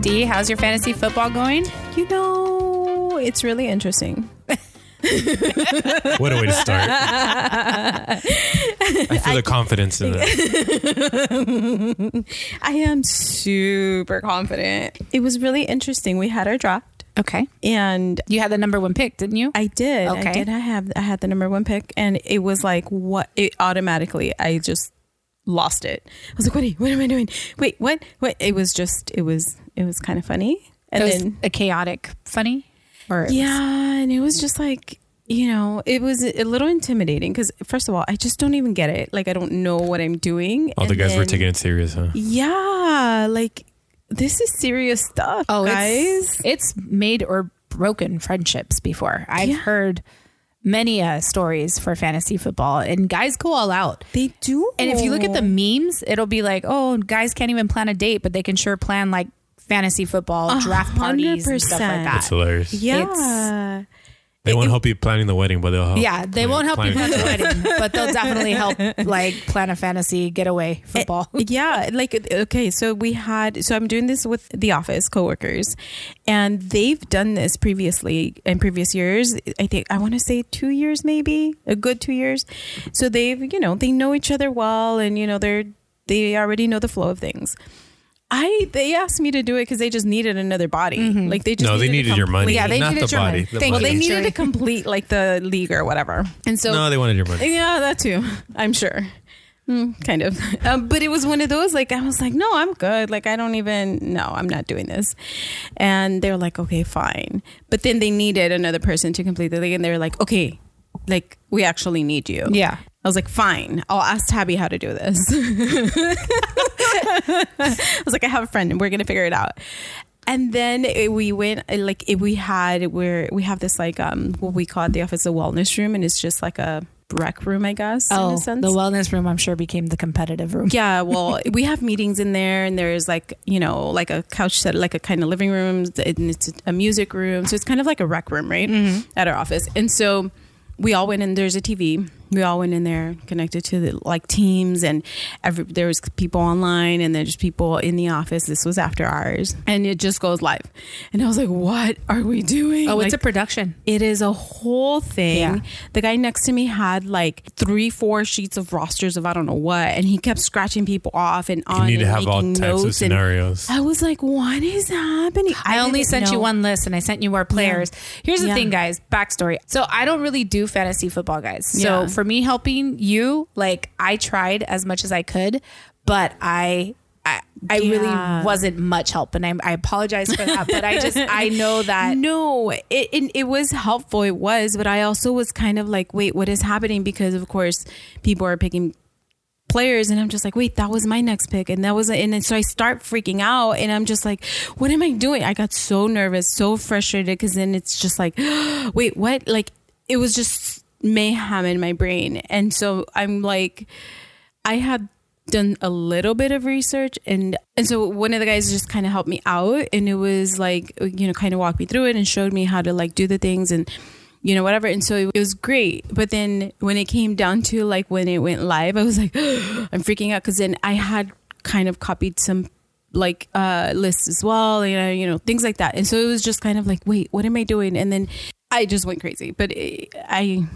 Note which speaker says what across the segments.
Speaker 1: T, how's your fantasy football going?
Speaker 2: You know, it's really interesting.
Speaker 3: What a way to start. I feel the confidence in that.
Speaker 2: I am super confident. It was really interesting. We had our draft
Speaker 1: Okay.
Speaker 2: and
Speaker 1: You had the number one pick, didn't you?
Speaker 2: I did.
Speaker 1: Okay.
Speaker 2: I did. I have I had the number one pick and it was like what it automatically I just lost it. I was like, wait, what am I doing? Wait, what? What it was just it was it was kind of funny. And
Speaker 1: it was
Speaker 2: then
Speaker 1: a chaotic, funny, or it was-
Speaker 2: Yeah, and it was just like you know, it was a little intimidating because first of all, I just don't even get it. Like I don't know what I'm doing.
Speaker 3: All the
Speaker 2: And
Speaker 3: guys were
Speaker 2: then-
Speaker 3: taking it serious, huh?
Speaker 2: Yeah, like this is serious stuff,
Speaker 1: oh,
Speaker 2: guys.
Speaker 1: it's it's made or broken friendships before. I've
Speaker 2: Yeah.
Speaker 1: heard many uh, stories for fantasy football, and guys go all out.
Speaker 2: They do.
Speaker 1: And if you look at the memes, it'll be like, oh, guys can't even plan a date, but they can sure plan like fantasy football draft parties and stuff like
Speaker 2: 100%.
Speaker 1: that.
Speaker 3: It's hilarious.
Speaker 2: yeah,
Speaker 3: They won't help you planning the wedding, but they'll help.
Speaker 1: Yeah, they
Speaker 3: plan-
Speaker 1: won't help you plan
Speaker 3: it.
Speaker 1: the wedding, but they'll definitely help like plan a fantasy getaway football.
Speaker 2: yeah, like okay, so we had so I'm doing this with the office coworkers and they've done this previously in previous years. I think I want to say 2 years maybe, a good 2 years. So they've, you know, they know each other well and you know they're they already know the flow of things. I they asked me to do it cuz they just needed another body. Like they just
Speaker 3: No, they
Speaker 2: to
Speaker 3: needed your money.
Speaker 2: complete-
Speaker 1: Yeah, they
Speaker 3: Not
Speaker 1: needed
Speaker 3: the
Speaker 1: your
Speaker 3: body.
Speaker 1: money.
Speaker 3: The
Speaker 1: Thank
Speaker 2: Well, they
Speaker 3: money.
Speaker 1: you.
Speaker 2: needed
Speaker 1: Sorry.
Speaker 2: to complete like the league or whatever.
Speaker 1: And so
Speaker 3: No, they wanted your money.
Speaker 2: Yeah, that too. I'm sure. Mm, kind of. Um, but it was one of those, like, I was like, no, I'm good. Like, I don't even, no, I'm not doing this. And they were like, okay, fine. But then they needed another person to complete the league. And they were like, okay, like, we actually need you.
Speaker 1: yeah.
Speaker 2: I was like, fine, I'll ask Tabby how to do this. I was like, I have a friend and we're going to figure it out. And then it, we went uh, like it, we had where we have this like um what we call at the office a wellness room and it's just like a rec room I guess in
Speaker 1: Oh,
Speaker 2: a sense
Speaker 1: the wellness room, I'm sure, became the competitive room.
Speaker 2: yeah, well, we have meetings in there, and there's like you know, like a couch set, like a kind of living room, and it's a music room, so it's kind of like a rec room, right,
Speaker 1: Mm-hmm.
Speaker 2: at our office. And so we all went in. There's a TV. We all went in there, connected to the like teams, and every, there was people online, and then just people in the office. This was after hours, and it just goes live. And I was like, "What are we doing?"
Speaker 1: Oh,
Speaker 2: Like,
Speaker 1: it's a production.
Speaker 2: it is a whole thing.
Speaker 1: Yeah.
Speaker 2: The guy next to me had like three, four sheets of rosters of I don't know what, and he kept scratching people off and on.
Speaker 3: You need to
Speaker 2: and
Speaker 3: have all
Speaker 2: making
Speaker 3: types of
Speaker 2: notes, and
Speaker 3: scenarios.
Speaker 1: Oh,
Speaker 2: I was like, what is happening?
Speaker 1: I, only
Speaker 2: didn't
Speaker 1: sent you
Speaker 2: know.
Speaker 1: one list and I sent you our players. Here's the
Speaker 2: Yeah.
Speaker 1: thing, guys, backstory. So I don't really do fantasy football, guys. So
Speaker 2: Yeah.
Speaker 1: for me helping you, like I tried as much as I could, but I I, I
Speaker 2: Yeah.
Speaker 1: really wasn't much help and I, I apologize for that. but I just I know that
Speaker 2: No, it, it it was helpful. It was, but I also was kind of like, wait, what is happening? Because of course, people are picking players, and I'm just like, wait, that was my next pick, and that was, and then so I start freaking out, and I'm just like, what am I doing? I got so nervous, so frustrated, because then it's just like, wait, what? Like it was just mayhem in my brain, and so I'm like. I had done a little bit of research and and so one of the guys just kind of helped me out and it was like you know kind of walked me through it and showed me how to like do the things and you know whatever and so it, it was great but then when it came down to like when it went live I was like I'm freaking out cuz then I had kind of copied some like uh lists as well you know you know things like that and so it was just kind of like wait what am I doing and then I just went crazy but it, I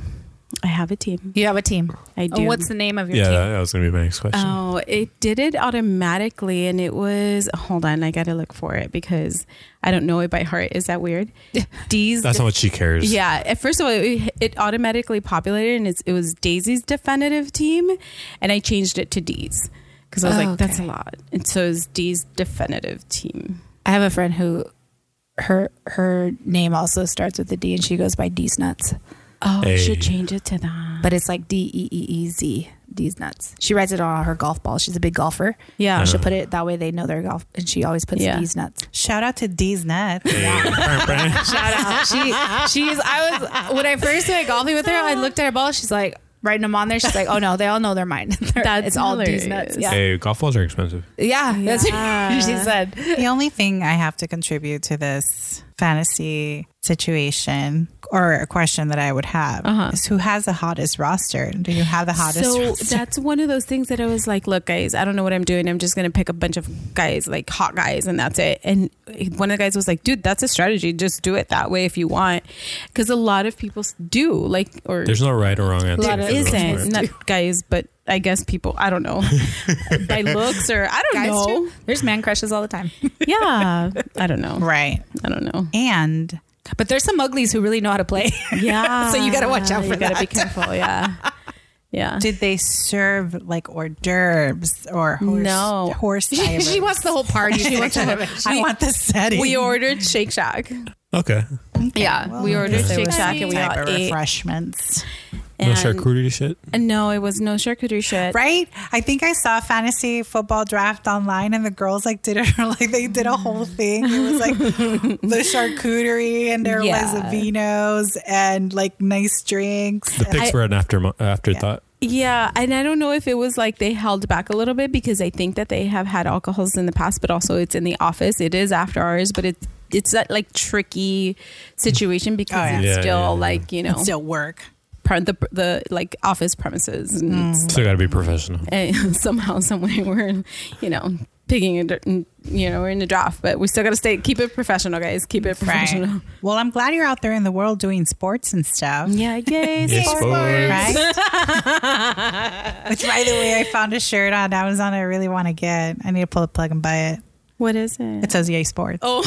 Speaker 2: I have a team
Speaker 1: you have a team.
Speaker 2: I
Speaker 1: Oh,
Speaker 2: do
Speaker 1: what's the name of your
Speaker 3: Yeah,
Speaker 1: team?
Speaker 3: that, that was going to be my next question.
Speaker 2: Oh, it did it automatically, and it was. Hold on, I gotta look for it because I don't know it by heart. Is that weird? D's.
Speaker 3: That's how much she cares.
Speaker 2: yeah. At first of all, it, it automatically populated, and it's, it was Daisy's definitive team, and I changed it to D's because I was
Speaker 1: Oh,
Speaker 2: like, that's a
Speaker 1: okay.
Speaker 2: lot. And so it's D's definitive team.
Speaker 1: I have a friend who her her name also starts with a D and she goes by D's nuts.
Speaker 2: Oh, I
Speaker 3: Hey.
Speaker 2: should change it to that.
Speaker 1: But it's like D E E E Z D's nuts. She writes it on her golf ball. She's a big golfer. Uh,
Speaker 2: Yeah.
Speaker 3: Uh-huh.
Speaker 1: She'll put it that way they know they're golf and she always puts
Speaker 2: Uh-huh. Yeah.
Speaker 1: D's nuts.
Speaker 4: Shout out to D's nuts.
Speaker 1: Shout out. She she's I was when I first went golfing with her, I looked at her ball, she's like writing them on there. She's like, Oh no, they all know they're mine. They're-
Speaker 2: That's
Speaker 1: it's all D's nuts.
Speaker 2: hilarious.
Speaker 1: Yeah.
Speaker 3: Hey, golf balls are expensive.
Speaker 1: Yeah. That's what she said.
Speaker 4: The only thing I have to contribute to this fantasy situation or a question that I would have
Speaker 2: Uh-huh.
Speaker 4: is who has the hottest roster? Do you have the hottest?
Speaker 2: So
Speaker 4: roster?
Speaker 2: that's one of those things that I was like, look, guys, I don't know what I'm doing. I'm just gonna pick a bunch of guys, like hot guys, and that's it. And one of the guys was like, dude, that's a strategy. Just do it that way if you want, because a lot of people s- do like or
Speaker 3: There's no right or wrong answer.
Speaker 1: Lot
Speaker 3: for
Speaker 1: of-
Speaker 3: the most
Speaker 2: isn't
Speaker 3: part.
Speaker 2: not guys, but I guess people. I don't know by looks or I don't
Speaker 1: Guys,
Speaker 2: know.
Speaker 1: too? there's man crushes all the time.
Speaker 2: Yeah, I don't know.
Speaker 4: right.
Speaker 2: I don't know.
Speaker 4: And
Speaker 1: But there's some uglies who really know how to play.
Speaker 2: Yeah.
Speaker 1: So you gotta watch out
Speaker 2: you
Speaker 1: for
Speaker 2: gotta be careful. Yeah. Yeah.
Speaker 4: did they serve like hors d'oeuvres or horse?
Speaker 2: No.
Speaker 4: horse.
Speaker 1: she, she wants the whole party. She wants all of it.
Speaker 4: I
Speaker 1: She-
Speaker 4: want the setting.
Speaker 2: we ordered Shake Shack.
Speaker 3: Okay.
Speaker 2: yeah.
Speaker 4: Well,
Speaker 2: we ordered
Speaker 4: Oh, there
Speaker 2: Shake
Speaker 4: was
Speaker 2: Shack
Speaker 4: some
Speaker 2: and we
Speaker 4: type
Speaker 2: all
Speaker 4: of
Speaker 2: ate.
Speaker 4: refreshments.
Speaker 3: No
Speaker 2: And-
Speaker 3: charcuterie shit.
Speaker 2: and no, it was no charcuterie shit.
Speaker 4: Right? I think I saw a fantasy football draft online and the girls like did it like they did a whole thing. It was like the charcuterie and there
Speaker 2: Yeah.
Speaker 4: was vinos and like nice drinks.
Speaker 3: The picks
Speaker 2: I-
Speaker 3: were an after afterthought.
Speaker 2: Yeah. And I don't know if it was like they held back a little bit because I think that they have had alcohols in the past, but also it's in the office. It is after hours, but it's it's that like tricky situation because
Speaker 4: Oh, yeah.
Speaker 2: it's
Speaker 3: Yeah,
Speaker 2: still
Speaker 3: yeah, yeah.
Speaker 2: like, you know,
Speaker 4: It's still work.
Speaker 2: part the the like office premises and
Speaker 4: Mm.
Speaker 2: it's
Speaker 3: Still got to be professional.
Speaker 2: and somehow, some way, we're you know picking a dir- you know we're in the draft, but we still got to stay keep it professional, guys. Keep it professional.
Speaker 4: Right. Well, I'm glad you're out there in the world doing sports and stuff.
Speaker 2: Yeah, yay!
Speaker 3: Yes,
Speaker 2: sports.
Speaker 3: boy.
Speaker 4: Right? Which, by the way, I found a shirt on Amazon I really want to get. I need to pull the plug and buy it.
Speaker 2: What is it?
Speaker 4: It says Yay Sports.
Speaker 2: oh,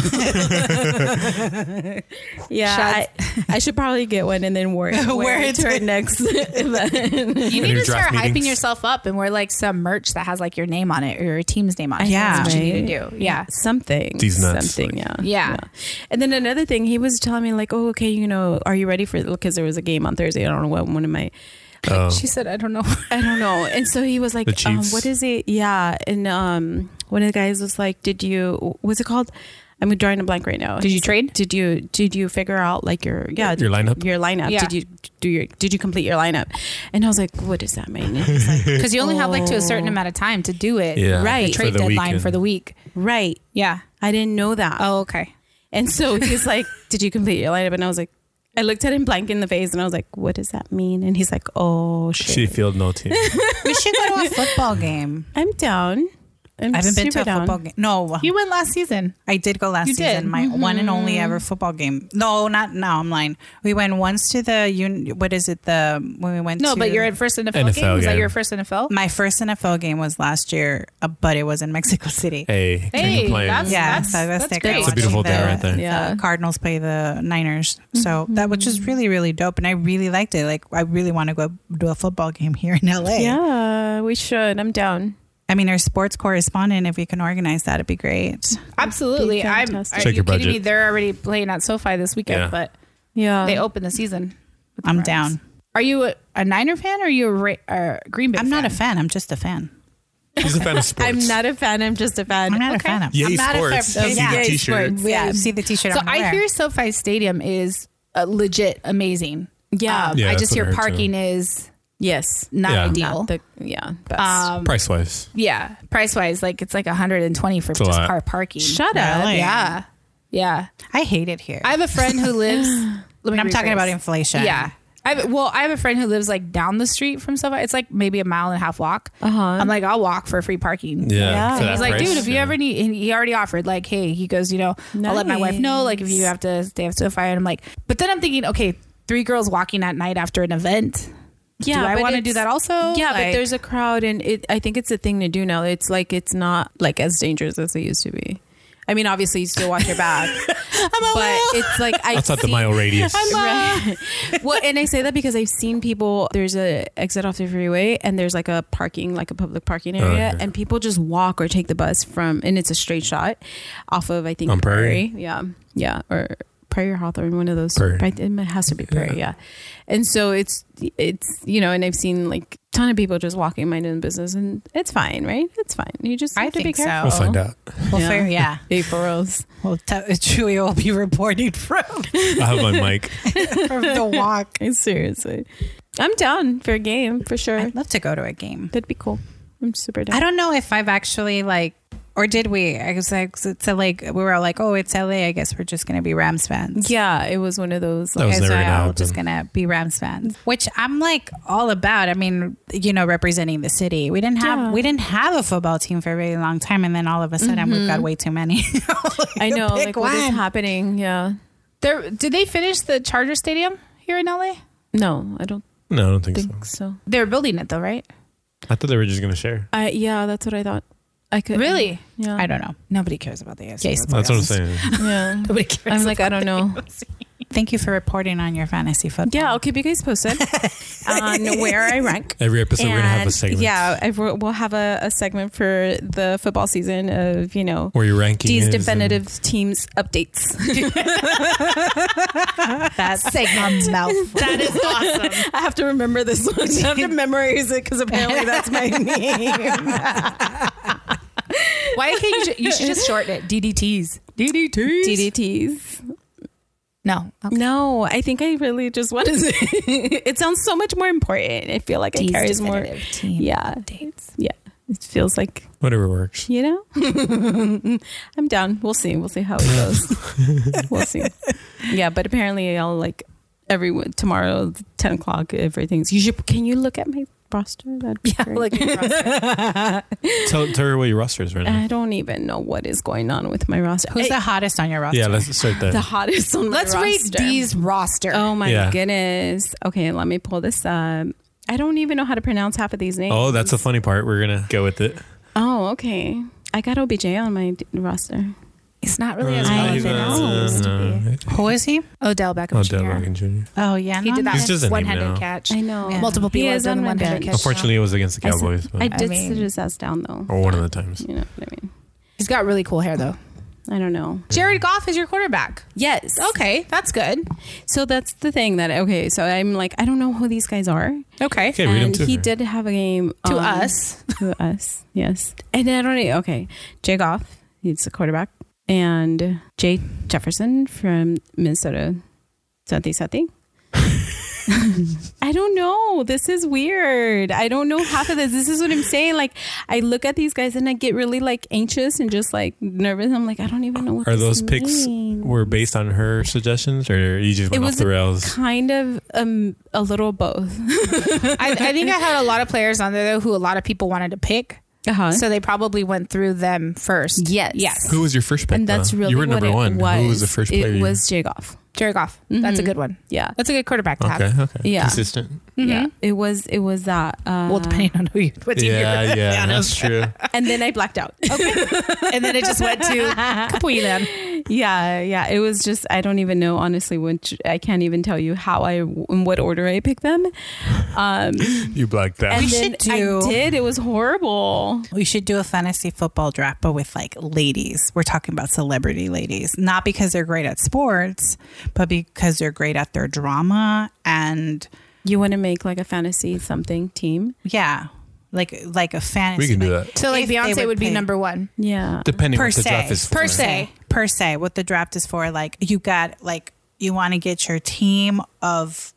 Speaker 2: yeah. I, I should probably get one and then wear it, wear
Speaker 4: Wear
Speaker 2: it to our
Speaker 4: it.
Speaker 2: next event.
Speaker 1: You need
Speaker 3: your
Speaker 1: to start
Speaker 3: draft meetings.
Speaker 1: hyping yourself up and wear like some merch that has like your name on it or your team's name on it.
Speaker 4: Yeah.
Speaker 1: That's what you need to do. Yeah.
Speaker 2: something.
Speaker 3: These nuts,
Speaker 2: something.
Speaker 3: like-
Speaker 2: yeah.
Speaker 1: Yeah.
Speaker 2: And then another thing, he was telling me like, oh, okay, you know, are you ready for? Because there was a game on Thursday. I don't know what one of my
Speaker 3: Oh.
Speaker 1: She said, I don't know.
Speaker 2: I don't know. And so he was
Speaker 3: The
Speaker 2: like, um,
Speaker 3: Chiefs.
Speaker 2: what is it? Yeah. And um, one of the guys was like, did you, what's it called? I'm drawing a blank right now.
Speaker 1: Did you trade?
Speaker 2: Did you, did you figure out like your, yeah,
Speaker 3: Your lineup?
Speaker 2: Your lineup.
Speaker 1: Yeah.
Speaker 2: Did you do your, did you complete your lineup? And I was like, what does that mean? And he's like,
Speaker 1: Because you only have like to a certain amount of time to do it.
Speaker 3: Yeah.
Speaker 2: Right.
Speaker 1: The trade
Speaker 3: For the
Speaker 1: deadline
Speaker 3: weekend.
Speaker 1: for the week.
Speaker 2: right.
Speaker 1: Yeah.
Speaker 2: I didn't know that.
Speaker 1: Oh, okay.
Speaker 2: And so he's like, Did you complete your lineup? And I was like, I looked at him blank in the face and I was like, What does that mean? And he's like, Oh, shit.
Speaker 3: She field no team.
Speaker 4: We should go to a football game.
Speaker 2: I'm down. I'm
Speaker 4: I haven't been to
Speaker 2: super
Speaker 4: a
Speaker 2: down.
Speaker 4: football game. No,
Speaker 1: You went last season.
Speaker 4: I did go last
Speaker 1: You
Speaker 4: season.
Speaker 1: did? Mm-hmm.
Speaker 4: My one and only ever football game. No, not now. I'm lying. We went once to the un. What is it? The when we went.
Speaker 1: No,
Speaker 4: to, Mm-hmm.
Speaker 1: but your first NFL,
Speaker 3: NFL
Speaker 1: game? Was that
Speaker 3: game.
Speaker 1: your first NFL?
Speaker 4: My first NFL game was last year, uh, but it was in Mexico City.
Speaker 3: Hey,
Speaker 1: Hey,
Speaker 3: can you play?
Speaker 1: that's-
Speaker 4: Yeah,
Speaker 1: That's-
Speaker 4: so I was
Speaker 1: that's
Speaker 4: there
Speaker 1: great. It's a
Speaker 4: watching
Speaker 3: beautiful day
Speaker 4: the-
Speaker 3: right there.
Speaker 2: Yeah.
Speaker 4: the Cardinals play the Niners, so
Speaker 1: Mm-hmm.
Speaker 4: that which is really really dope, and I really liked it. Like I really want to go do a football game here in LA.
Speaker 2: Yeah, we should. I'm down.
Speaker 4: I mean, our sports correspondent, if we can organize that, it'd be great.
Speaker 1: Absolutely.
Speaker 2: Be
Speaker 1: I'm. Are
Speaker 2: fantastic.
Speaker 3: Check
Speaker 1: you
Speaker 3: your
Speaker 1: kidding
Speaker 3: budget.
Speaker 1: me? They're already playing at SoFi this weekend,
Speaker 3: Yeah.
Speaker 1: but
Speaker 2: Yeah.
Speaker 1: they open the season. with the
Speaker 4: I'm
Speaker 1: Browns.
Speaker 4: down.
Speaker 1: Are you a, a Niner fan or are you a Ra- uh, Green Bay?
Speaker 4: I'm not a
Speaker 1: fan?
Speaker 4: fan. I'm just a fan.
Speaker 3: He's a fan of sports.
Speaker 2: I'm not a fan. I'm just a fan.
Speaker 4: I'm not a
Speaker 1: Okay.
Speaker 4: fan. of
Speaker 3: Yay,
Speaker 1: I'm not a
Speaker 3: sports.
Speaker 1: fan of-
Speaker 3: See
Speaker 4: Yeah.
Speaker 3: the
Speaker 4: Yay,
Speaker 3: t-shirt.
Speaker 2: sports.
Speaker 4: Yeah,
Speaker 2: Yeah.
Speaker 4: see the T-shirt.
Speaker 1: So
Speaker 4: I'm gonna
Speaker 1: I
Speaker 4: wear.
Speaker 1: hear SoFi Stadium is uh, legit amazing.
Speaker 2: Yeah.
Speaker 1: Um,
Speaker 3: Yeah,
Speaker 1: I
Speaker 3: that's
Speaker 1: just
Speaker 3: what I
Speaker 1: hear
Speaker 3: heard, too.
Speaker 1: parking is
Speaker 2: Yes.
Speaker 1: not
Speaker 3: Yeah.
Speaker 1: ideal.
Speaker 2: Not the, yeah. Best.
Speaker 4: Uh,
Speaker 1: um,
Speaker 3: Price wise.
Speaker 1: yeah, price wise, like it's like 120 for
Speaker 3: a
Speaker 1: just
Speaker 3: lot.
Speaker 1: car parking.
Speaker 2: Shut up.
Speaker 4: Really?
Speaker 1: yeah, yeah.
Speaker 4: I hate it here.
Speaker 1: I have a friend who lives. let me
Speaker 4: I'm talking
Speaker 1: rephrase.
Speaker 4: about inflation.
Speaker 1: Yeah. I have, well, I have a friend who lives like down the street from SoFi. It's like maybe a mile and a half walk.
Speaker 2: Uh-huh.
Speaker 1: I'm like, I'll walk for free parking.
Speaker 3: Yeah. for that
Speaker 1: He's like,
Speaker 3: price,
Speaker 1: dude, if you
Speaker 3: yeah.
Speaker 1: ever need, and he already offered, like, hey, he goes, you know, I'll let my wife know, like, if you have to stay up to a fire. And I'm like, but then I'm thinking, okay, three girls walking at night after an event.
Speaker 2: yeah.
Speaker 1: do I
Speaker 2: but
Speaker 1: want to
Speaker 2: it's-
Speaker 1: do that also?
Speaker 2: Yeah, but
Speaker 1: Like,
Speaker 2: there's a crowd, and it, I think it's a thing to do now. It's like it's not like as dangerous as it used to be. I mean, obviously, you still watch your back, but it's like I
Speaker 3: Outside the
Speaker 2: see-
Speaker 3: mile radius.
Speaker 2: Right. well, and I say that because I've seen people. There's a exit off the freeway, and there's like a parking, like a public parking area,
Speaker 3: okay.
Speaker 2: and people just walk or take the bus from, and it's a straight shot off of I think
Speaker 3: On Prairie?
Speaker 2: yeah, yeah, or Prairie or Hawthorne, one of those.
Speaker 3: Prairie.
Speaker 2: Right, it has to be Prairie, yeah.
Speaker 3: Yeah.
Speaker 2: And so it's it's you know, and I've seen like ton of people just walking my own business, and it's fine, right? It's fine. You just
Speaker 4: I
Speaker 2: have to be
Speaker 4: think so.
Speaker 2: careful.
Speaker 3: We'll find out.
Speaker 4: Well,
Speaker 2: Yeah.
Speaker 4: fair, yeah.
Speaker 2: April's.
Speaker 4: Well, t- Chewy will be reporting from,
Speaker 3: I have my mic.
Speaker 4: from the walk.
Speaker 2: Seriously, I'm down for a game for sure.
Speaker 4: I'd love to go to a game.
Speaker 2: That'd be cool. I'm super down.
Speaker 4: I don't know if I've actually like Or did we? I was like, it's a, like we were all like, oh, it's LA. I guess we're just gonna be Rams fans.
Speaker 2: Yeah, it was one of those.
Speaker 3: That
Speaker 2: Like,
Speaker 3: was
Speaker 4: As
Speaker 3: never gonna
Speaker 4: well,
Speaker 3: happen.
Speaker 4: just gonna be Rams fans, which I'm like all about. I mean, you know, representing the city. We didn't have
Speaker 2: Yeah.
Speaker 4: we didn't have a football team for a very long time, and then all of a sudden we've got way too many.
Speaker 2: Mm-hmm. I know, like
Speaker 4: Pick
Speaker 2: what is
Speaker 4: one.
Speaker 2: happening? Yeah,
Speaker 1: There, did they finish the Charger Stadium here in LA?
Speaker 2: no, I don't
Speaker 3: No, I don't think,
Speaker 2: think
Speaker 3: so.
Speaker 2: so.
Speaker 1: They were building it though, right?
Speaker 3: I thought they were just gonna share.
Speaker 2: I yeah, that's what I thought. I could
Speaker 1: Really?
Speaker 2: yeah
Speaker 4: I don't know.
Speaker 1: Nobody cares about the AFC.
Speaker 4: Yes.
Speaker 3: That's what I'm saying.
Speaker 2: yeah.
Speaker 1: Nobody cares.
Speaker 2: I'm like I don't know.
Speaker 4: Thank you for reporting on your fantasy football.
Speaker 2: Yeah, I'll keep you guys posted on where I rank.
Speaker 3: Every episode we're gonna have a
Speaker 2: And,
Speaker 3: segment.
Speaker 2: Yeah, I- we'll we'll have a, a segment for the football season of you know
Speaker 3: Where your ranking
Speaker 2: these
Speaker 3: is.
Speaker 2: definitive teams updates.
Speaker 1: that segment mouth. That is awesome.
Speaker 2: I have to remember this one. I have to memorize it because apparently that's my name.
Speaker 1: Why can't you? ju- You should just shorten it. DDTs. DDTs.
Speaker 2: DDTs.
Speaker 1: No. Okay.
Speaker 2: No, I think I really just want to. Say, it sounds so much more important. I feel like it carries more.
Speaker 1: Team.
Speaker 2: Yeah,
Speaker 1: Dates.
Speaker 2: yeah. It feels like
Speaker 3: Whatever works.
Speaker 2: you know. I'm down. We'll see. We'll see how it goes. we'll see. Yeah, but apparently I'll like every tomorrow ten o'clock. Everything's. You should. Can you look at my roster? That'd be great.
Speaker 3: Tell, tell her what your roster is right now.
Speaker 2: I don't even know what is going on with my roster.
Speaker 4: Who's
Speaker 2: Hey,
Speaker 4: the hottest on your roster?
Speaker 3: Uh, yeah, let's start there.
Speaker 2: the hottest on my
Speaker 1: Let's
Speaker 2: roster?
Speaker 1: read D's roster.
Speaker 2: Oh my
Speaker 3: Yeah.
Speaker 2: goodness. Okay, let me pull this up. I don't even know how to pronounce half of these names.
Speaker 3: Oh, that's the funny part. We're gonna go with it.
Speaker 2: Oh, okay. I got OBJ on my d- roster.
Speaker 1: It's not really
Speaker 3: Uh,
Speaker 1: as
Speaker 3: he's,
Speaker 1: relevant as it
Speaker 3: uh,
Speaker 1: used to be.
Speaker 3: no.
Speaker 4: Who is he?
Speaker 1: Odell Beckham
Speaker 3: Oh,
Speaker 1: Jr.
Speaker 3: Dale Morgan Jr.
Speaker 4: Oh yeah,
Speaker 1: He did
Speaker 3: He's just a
Speaker 1: that
Speaker 3: name
Speaker 1: one-handed
Speaker 3: now.
Speaker 1: catch.
Speaker 2: I know.
Speaker 4: Yeah.
Speaker 1: Multiple
Speaker 2: He
Speaker 1: people have
Speaker 2: is on
Speaker 1: done
Speaker 2: my
Speaker 1: one-handed
Speaker 2: bench.
Speaker 1: catch.
Speaker 3: Unfortunately, it was against the
Speaker 2: I s-
Speaker 3: Cowboys, but,
Speaker 2: I did
Speaker 1: mean-
Speaker 2: sit his ass down though.
Speaker 3: or one of the times.
Speaker 2: You know what I mean?
Speaker 1: He's got really cool hair though.
Speaker 2: I don't know.
Speaker 1: Jared Goff is your quarterback.
Speaker 2: Yes.
Speaker 1: Okay, that's good.
Speaker 2: So that's the thing that okay. So I'm like, I don't know who these guys are.
Speaker 1: Okay.
Speaker 3: Okay, read them
Speaker 2: and
Speaker 3: to
Speaker 2: he
Speaker 3: her.
Speaker 2: did have a game
Speaker 1: To
Speaker 2: um,
Speaker 1: us,
Speaker 2: To us, yes. And I don't know. Okay, Jay Goff, he's the quarterback, and Jay Jefferson from Minnesota. Santi Santi. I don't know. This is weird. I don't know half of this. This is what I'm saying. Like, I look at these guys and I get really like anxious and just like nervous. I'm like, I don't even know what
Speaker 3: Are
Speaker 2: this
Speaker 3: those picks
Speaker 2: means.
Speaker 3: were based on her suggestions, or you just
Speaker 2: It
Speaker 3: went off
Speaker 2: was
Speaker 3: the
Speaker 2: a
Speaker 3: rails?
Speaker 2: kind of um, a little both.
Speaker 1: I, I think I had a lot of players on there though who a lot of people wanted to pick,
Speaker 2: Uh-huh.
Speaker 1: so they probably went through them first.
Speaker 2: Yes.
Speaker 1: yes.
Speaker 3: Who was your first pick?
Speaker 2: and that's
Speaker 3: though?
Speaker 2: really
Speaker 3: you were
Speaker 2: what
Speaker 3: number
Speaker 2: it
Speaker 3: one.
Speaker 2: Was.
Speaker 3: Who was the first player?
Speaker 2: It
Speaker 3: you-
Speaker 2: was Jay Goff.
Speaker 1: Jared Goff. That's a
Speaker 2: Mhm.
Speaker 1: good one.
Speaker 2: Yeah.
Speaker 1: That's a good quarterback to
Speaker 3: okay.
Speaker 1: have.
Speaker 3: Okay.
Speaker 2: Yeah.
Speaker 3: Consistent.
Speaker 2: Yeah. It was it was that. Uh,
Speaker 1: Well, depending on who you what team
Speaker 3: Yeah,
Speaker 1: you're
Speaker 3: yeah,
Speaker 1: with, to be
Speaker 3: that's
Speaker 1: honest.
Speaker 3: true.
Speaker 2: and then I blacked out.
Speaker 1: and then it just went to
Speaker 2: Uh-huh.
Speaker 1: Kapui then.
Speaker 2: yeah, yeah. It was just I don't even know honestly which I can't even tell you how I in what order I picked them. Um
Speaker 3: You blacked out.
Speaker 2: and
Speaker 4: We
Speaker 2: then
Speaker 4: should do-
Speaker 2: I did. It was horrible.
Speaker 4: We should do a fantasy football draft, but with like ladies. We're talking about celebrity ladies, not because they're great at sports, but because they're great at their drama and
Speaker 2: You want to make like a fantasy something team?
Speaker 4: yeah, like like a fantasy.
Speaker 3: we can do
Speaker 4: like,
Speaker 3: that.
Speaker 1: So like
Speaker 4: If they
Speaker 1: Beyonce
Speaker 4: would
Speaker 1: would, be
Speaker 4: pick.
Speaker 1: number one.
Speaker 2: Yeah.
Speaker 3: Depending
Speaker 4: per
Speaker 3: what the
Speaker 4: se,
Speaker 3: draft is.
Speaker 1: per
Speaker 3: for.
Speaker 1: se. Okay.
Speaker 4: Per se, what the draft is for, like you got like you want to get your team of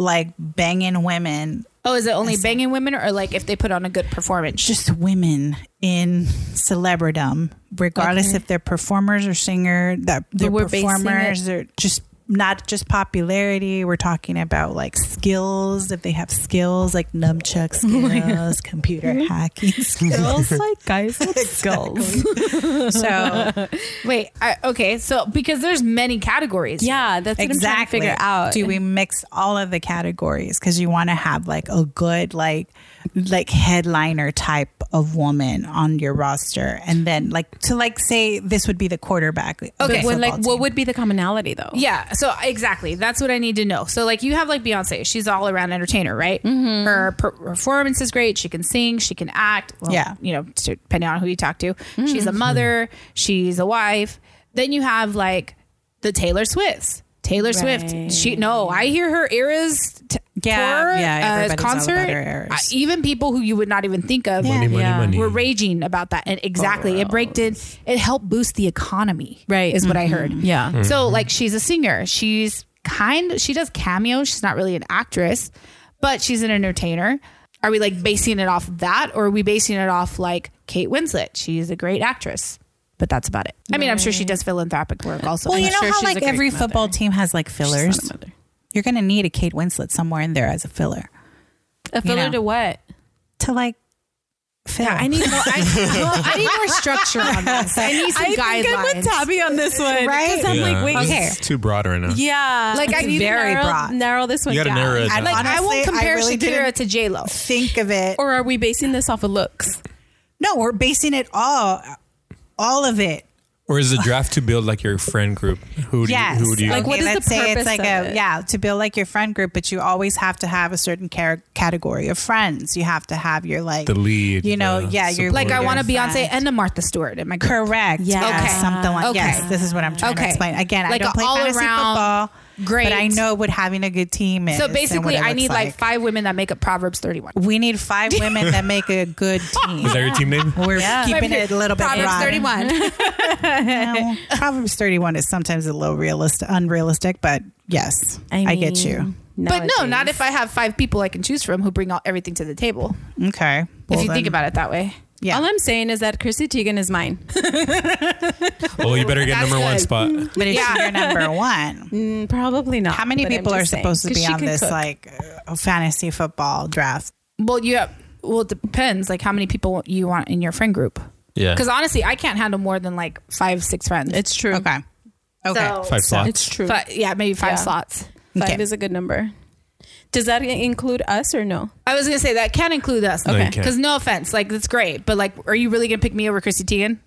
Speaker 4: like banging women,
Speaker 1: Oh, is it only banging women or like if they put on a good performance?
Speaker 4: just women in celebridom, regardless if they're performers or singer. That they're
Speaker 2: we're basing it-
Speaker 4: performers, they're just not just popularity. We're talking about like skills. If they have skills, like nunchuck skills, computer hacking skills.
Speaker 2: Girls like guys with skills.
Speaker 4: so
Speaker 1: Wait, I, okay, so because there's many categories.
Speaker 2: Yeah, that's what
Speaker 4: exactly.
Speaker 2: I'm trying to figure out.
Speaker 4: Do we mix all of the categories because you want to have like a good like like headliner type of woman on your roster, and then like to like say this would be the quarterback. of the
Speaker 1: Okay.
Speaker 2: But what,
Speaker 4: football
Speaker 2: like what
Speaker 4: team.
Speaker 2: would be the commonality though?
Speaker 1: Yeah, so exactly. That's what I need to know. So like you have like Beyonce, she's all around entertainer, right?
Speaker 4: Mm-hmm.
Speaker 1: Her per- performance is great. She can sing, she can act. Well,
Speaker 4: Yeah. Mm-hmm.
Speaker 1: you know, t- depending on who you talk to. She's a mother, she's a wife. Then you have like the Taylor Swifts. Taylor Swift. She no, I hear her eras t-
Speaker 4: Yeah,
Speaker 1: tour,
Speaker 4: yeah,
Speaker 1: uh,
Speaker 4: everybody's all
Speaker 1: concert.
Speaker 4: about her eras.
Speaker 1: I- even people who you would not even think of
Speaker 3: Money, money,
Speaker 2: Yeah.
Speaker 3: money.
Speaker 1: were raging about that. And exactly, it breaked in. It helped boost the economy,
Speaker 2: Right.
Speaker 1: Is what I heard.
Speaker 2: Yeah.
Speaker 1: So like, she's a singer. She's kind. She does cameos. She's not really an actress, but she's an entertainer. Are we like basing it off of that, or are we basing it off like Kate Winslet. She's a great actress, but that's about it. I mean, I'm sure she does philanthropic work also.
Speaker 4: Well,
Speaker 1: I'm
Speaker 4: you know
Speaker 2: sure
Speaker 4: how
Speaker 2: she's a
Speaker 4: like
Speaker 2: great
Speaker 4: every
Speaker 2: mother.
Speaker 4: football team has like
Speaker 2: She's
Speaker 4: fillers.
Speaker 2: not a mother.
Speaker 4: You're gonna need a Kate Winslet somewhere in there as a filler
Speaker 2: A filler
Speaker 4: know.
Speaker 2: to what?
Speaker 4: to like fill.
Speaker 1: Yeah, I need more. I, well, I need more structure on this. I need some guidelines.
Speaker 2: on this one,
Speaker 4: Right? 'Cause
Speaker 2: I'm
Speaker 3: Yeah,
Speaker 2: like, wait,
Speaker 3: it's
Speaker 4: okay.
Speaker 3: too broad right now.
Speaker 2: yeah,
Speaker 1: Like, I
Speaker 2: need to
Speaker 4: very
Speaker 2: narrow,
Speaker 4: broad.
Speaker 2: narrow this one
Speaker 3: You gotta
Speaker 2: down.
Speaker 3: narrow it
Speaker 4: I
Speaker 3: down.
Speaker 1: like I
Speaker 4: Honestly, I
Speaker 1: won't compare
Speaker 4: really
Speaker 1: Shakira
Speaker 4: didn't-
Speaker 1: to J Lo.
Speaker 4: think of it.
Speaker 2: Or are we basing this off of looks?
Speaker 4: no, we're basing it all, all of it.
Speaker 3: Or is the draft to build like your friend group? Who do
Speaker 4: Yes.
Speaker 3: you, who do you?
Speaker 2: Like, what is the
Speaker 4: let's say
Speaker 2: purpose
Speaker 4: it's like
Speaker 2: of
Speaker 4: a
Speaker 2: it?
Speaker 4: yeah to build like your friend group, but you always have to have a certain car- category of friends. You have to have your like
Speaker 3: The lead,
Speaker 4: You know,
Speaker 3: the
Speaker 4: yeah, you're
Speaker 3: support.
Speaker 1: Like I want to Beyonce
Speaker 4: friend.
Speaker 1: and a Martha Stewart in my group.
Speaker 4: Correct.
Speaker 2: Yeah.
Speaker 4: Yeah.
Speaker 2: Okay.
Speaker 4: Something like
Speaker 1: Okay.
Speaker 4: yes. This is what I'm trying
Speaker 1: Okay.
Speaker 4: to explain. Again,
Speaker 1: Like
Speaker 4: I
Speaker 1: a
Speaker 4: don't play fantasy
Speaker 1: all-around
Speaker 4: football.
Speaker 1: great-
Speaker 4: But I know what having a good team is.
Speaker 1: So
Speaker 4: and what
Speaker 1: basically,
Speaker 4: it
Speaker 1: I
Speaker 4: looks
Speaker 1: need like five women that make up Proverbs 31.
Speaker 4: We need five women that make a good team.
Speaker 3: Is that your team name?
Speaker 4: We're keeping it a little bit
Speaker 1: Proverbs
Speaker 4: broad.
Speaker 1: 31.
Speaker 4: No, Proverbs 31 is sometimes a little realistic, unrealistic, but yes, I, get you.
Speaker 1: but no, not if I have five people I can choose from who bring all, everything to the table.
Speaker 4: Okay. Well,
Speaker 1: if you
Speaker 4: then,
Speaker 1: think about it that way.
Speaker 4: yeah.
Speaker 2: All I'm saying is that Chrissy Teigen is mine.
Speaker 3: Well, you better get
Speaker 1: That's
Speaker 3: number one
Speaker 1: good.
Speaker 3: spot.
Speaker 2: Mm-hmm.
Speaker 4: but if
Speaker 1: Yeah.
Speaker 4: you're number one,
Speaker 2: Mm, Probably not.
Speaker 4: how many
Speaker 2: but I'm
Speaker 4: people are
Speaker 2: just saying,
Speaker 4: supposed to
Speaker 2: 'cause
Speaker 4: be
Speaker 2: she
Speaker 4: on
Speaker 2: could
Speaker 4: this
Speaker 2: cook.
Speaker 4: like uh, fantasy football draft?
Speaker 1: Well, you have, well, it depends like how many people you want in your friend group.
Speaker 3: Yeah,
Speaker 1: Because honestly, I can't handle more than like five, six friends.
Speaker 2: It's true.
Speaker 4: Okay. Okay.
Speaker 1: So-
Speaker 3: five slots.
Speaker 2: It's true. Five,
Speaker 1: But yeah, maybe five
Speaker 2: Yeah.
Speaker 1: slots.
Speaker 4: Okay.
Speaker 2: is a good number. Does that include us or no?
Speaker 1: I was gonna say that can include us.
Speaker 3: No, you
Speaker 1: Okay.
Speaker 3: can't.
Speaker 1: Because no offense, like that's great, but like, are you really gonna pick me over Chrissy Teigen?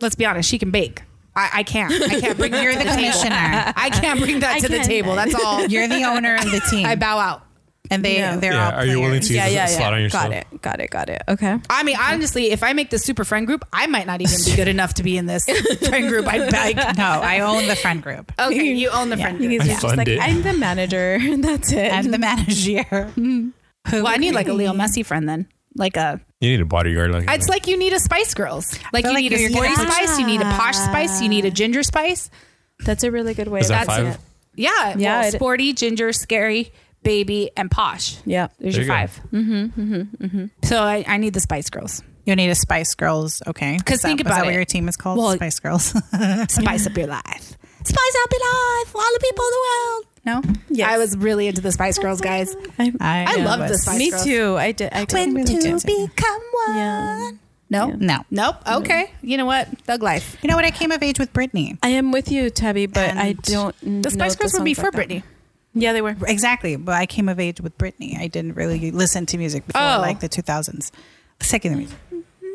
Speaker 1: Let's be honest, she can bake. I, I can't. I can't bring.
Speaker 4: You're the commissioner.
Speaker 1: I can't bring that
Speaker 2: I
Speaker 1: to the
Speaker 2: can.
Speaker 1: table. That's all.
Speaker 4: You're the owner of the team,
Speaker 1: I bow out.
Speaker 4: and they
Speaker 2: No.
Speaker 4: they're
Speaker 3: Yeah,
Speaker 4: all.
Speaker 3: are you willing
Speaker 4: players.
Speaker 3: to use a slot on yourself?
Speaker 2: Got it. Got it. Got it. Okay.
Speaker 1: I mean, honestly, if I make the super friend group, I might not even be good enough to be in this friend group. I beg.
Speaker 4: No, I own the friend group.
Speaker 1: Okay, you own the friend group.
Speaker 2: He's
Speaker 3: I
Speaker 2: just
Speaker 3: fund
Speaker 2: like,
Speaker 3: it.
Speaker 2: I'm the manager. That's it.
Speaker 4: I'm the manager.
Speaker 1: Well, I need like a Leo Messi friend then. Like a,
Speaker 3: You need a bodyguard. Like
Speaker 1: it's like you need a Spice Girls. Like
Speaker 4: feel
Speaker 1: you
Speaker 4: like
Speaker 1: need a
Speaker 4: you're
Speaker 1: sporty
Speaker 4: getting-
Speaker 1: spice, you need a posh spice, you need a ginger spice.
Speaker 2: That's a really good way.
Speaker 3: Is
Speaker 2: of
Speaker 3: that
Speaker 2: putting
Speaker 3: five?
Speaker 2: it.
Speaker 1: Yeah,
Speaker 2: Yeah,
Speaker 1: well,
Speaker 2: it-
Speaker 1: sporty, ginger, scary, baby, and posh.
Speaker 2: Yeah.
Speaker 1: There's your
Speaker 3: There you go.
Speaker 1: five. Mm-hmm, mm-hmm, mm-hmm. So I, I need the Spice Girls.
Speaker 4: You need a Spice Girls, okay?
Speaker 1: 'Cause
Speaker 4: Is that-
Speaker 1: think
Speaker 4: is
Speaker 1: about
Speaker 4: that
Speaker 1: it.
Speaker 4: what your team is called?
Speaker 1: Well-
Speaker 4: Spice Girls.
Speaker 1: Spice up your life. Spice up your life for all the people in the world. No?
Speaker 2: Yes.
Speaker 1: I was really into the Spice Girls, guys. I love
Speaker 4: was-
Speaker 1: the Spice
Speaker 2: Me
Speaker 1: Girls.
Speaker 2: too. I did. I did.
Speaker 4: Really do.
Speaker 1: become one.
Speaker 2: Yeah.
Speaker 1: No?
Speaker 4: No,
Speaker 1: Nope. Okay. You know what? Thug life.
Speaker 4: you know what? I came of age with Britney.
Speaker 2: I am with you, Tabby, but I
Speaker 4: And
Speaker 2: don't.
Speaker 1: The Spice Girls were before Britney.
Speaker 2: Yeah, they were.
Speaker 4: Exactly, but I came of age with Britney. I didn't really listen to music before
Speaker 1: Oh.
Speaker 4: like the 2000s. Secular music.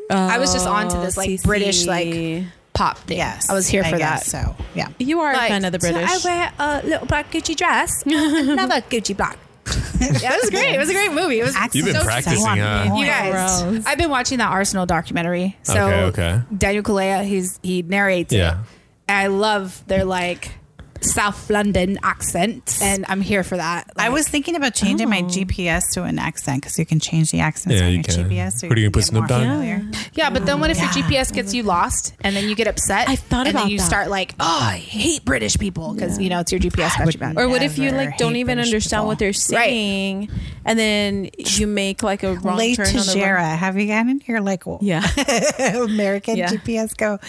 Speaker 1: I was just onto this like
Speaker 2: Oh,
Speaker 1: British like
Speaker 2: CC.
Speaker 1: pop thing.
Speaker 4: Yes,
Speaker 1: I was here
Speaker 4: I
Speaker 1: for that.
Speaker 4: guess So yeah,
Speaker 2: You are a
Speaker 1: Like,
Speaker 2: fan of the
Speaker 1: so
Speaker 2: British.
Speaker 1: I wear a little black Gucci dress, and another Gucci black. yeah, it was great. It was a great movie. It was
Speaker 4: Accent
Speaker 3: You've been
Speaker 4: so
Speaker 3: practicing,
Speaker 4: on
Speaker 3: huh?
Speaker 4: point.
Speaker 1: You guys,
Speaker 2: Gross.
Speaker 1: I've been watching that Arsenal documentary. So
Speaker 3: Okay, okay.
Speaker 1: Daniel Kalea, he's he narrates. it.
Speaker 3: Yeah.
Speaker 1: And I love their like South London accent, and I'm here for that.
Speaker 4: I
Speaker 1: Like,
Speaker 4: was thinking about changing my
Speaker 1: Oh.
Speaker 4: GPS to an accent because you can change the accents
Speaker 3: Yeah,
Speaker 4: on
Speaker 3: you
Speaker 4: your
Speaker 3: can.
Speaker 4: GPS. So
Speaker 3: Who do you
Speaker 4: can
Speaker 3: put
Speaker 4: get
Speaker 3: Snoop
Speaker 4: more
Speaker 3: Dogg?
Speaker 4: familiar.
Speaker 1: yeah, but then what if
Speaker 4: Yeah.
Speaker 1: your GPS gets you lost, and then you get upset?
Speaker 2: I've thought
Speaker 1: and
Speaker 2: about
Speaker 1: then you
Speaker 2: that.
Speaker 1: start like, oh, I hate British people because you know it's your GPS got you
Speaker 4: would
Speaker 1: back.
Speaker 2: or what if you
Speaker 4: Never
Speaker 2: like don't
Speaker 4: hate
Speaker 2: even
Speaker 4: British
Speaker 2: understand
Speaker 4: people.
Speaker 2: what they're saying, and then you make like a wrong
Speaker 4: Late
Speaker 2: turn
Speaker 4: to
Speaker 2: on the wrong-
Speaker 4: Jera. Have you gotten your like
Speaker 2: Yeah.
Speaker 4: American
Speaker 2: Yeah.
Speaker 4: GPS go?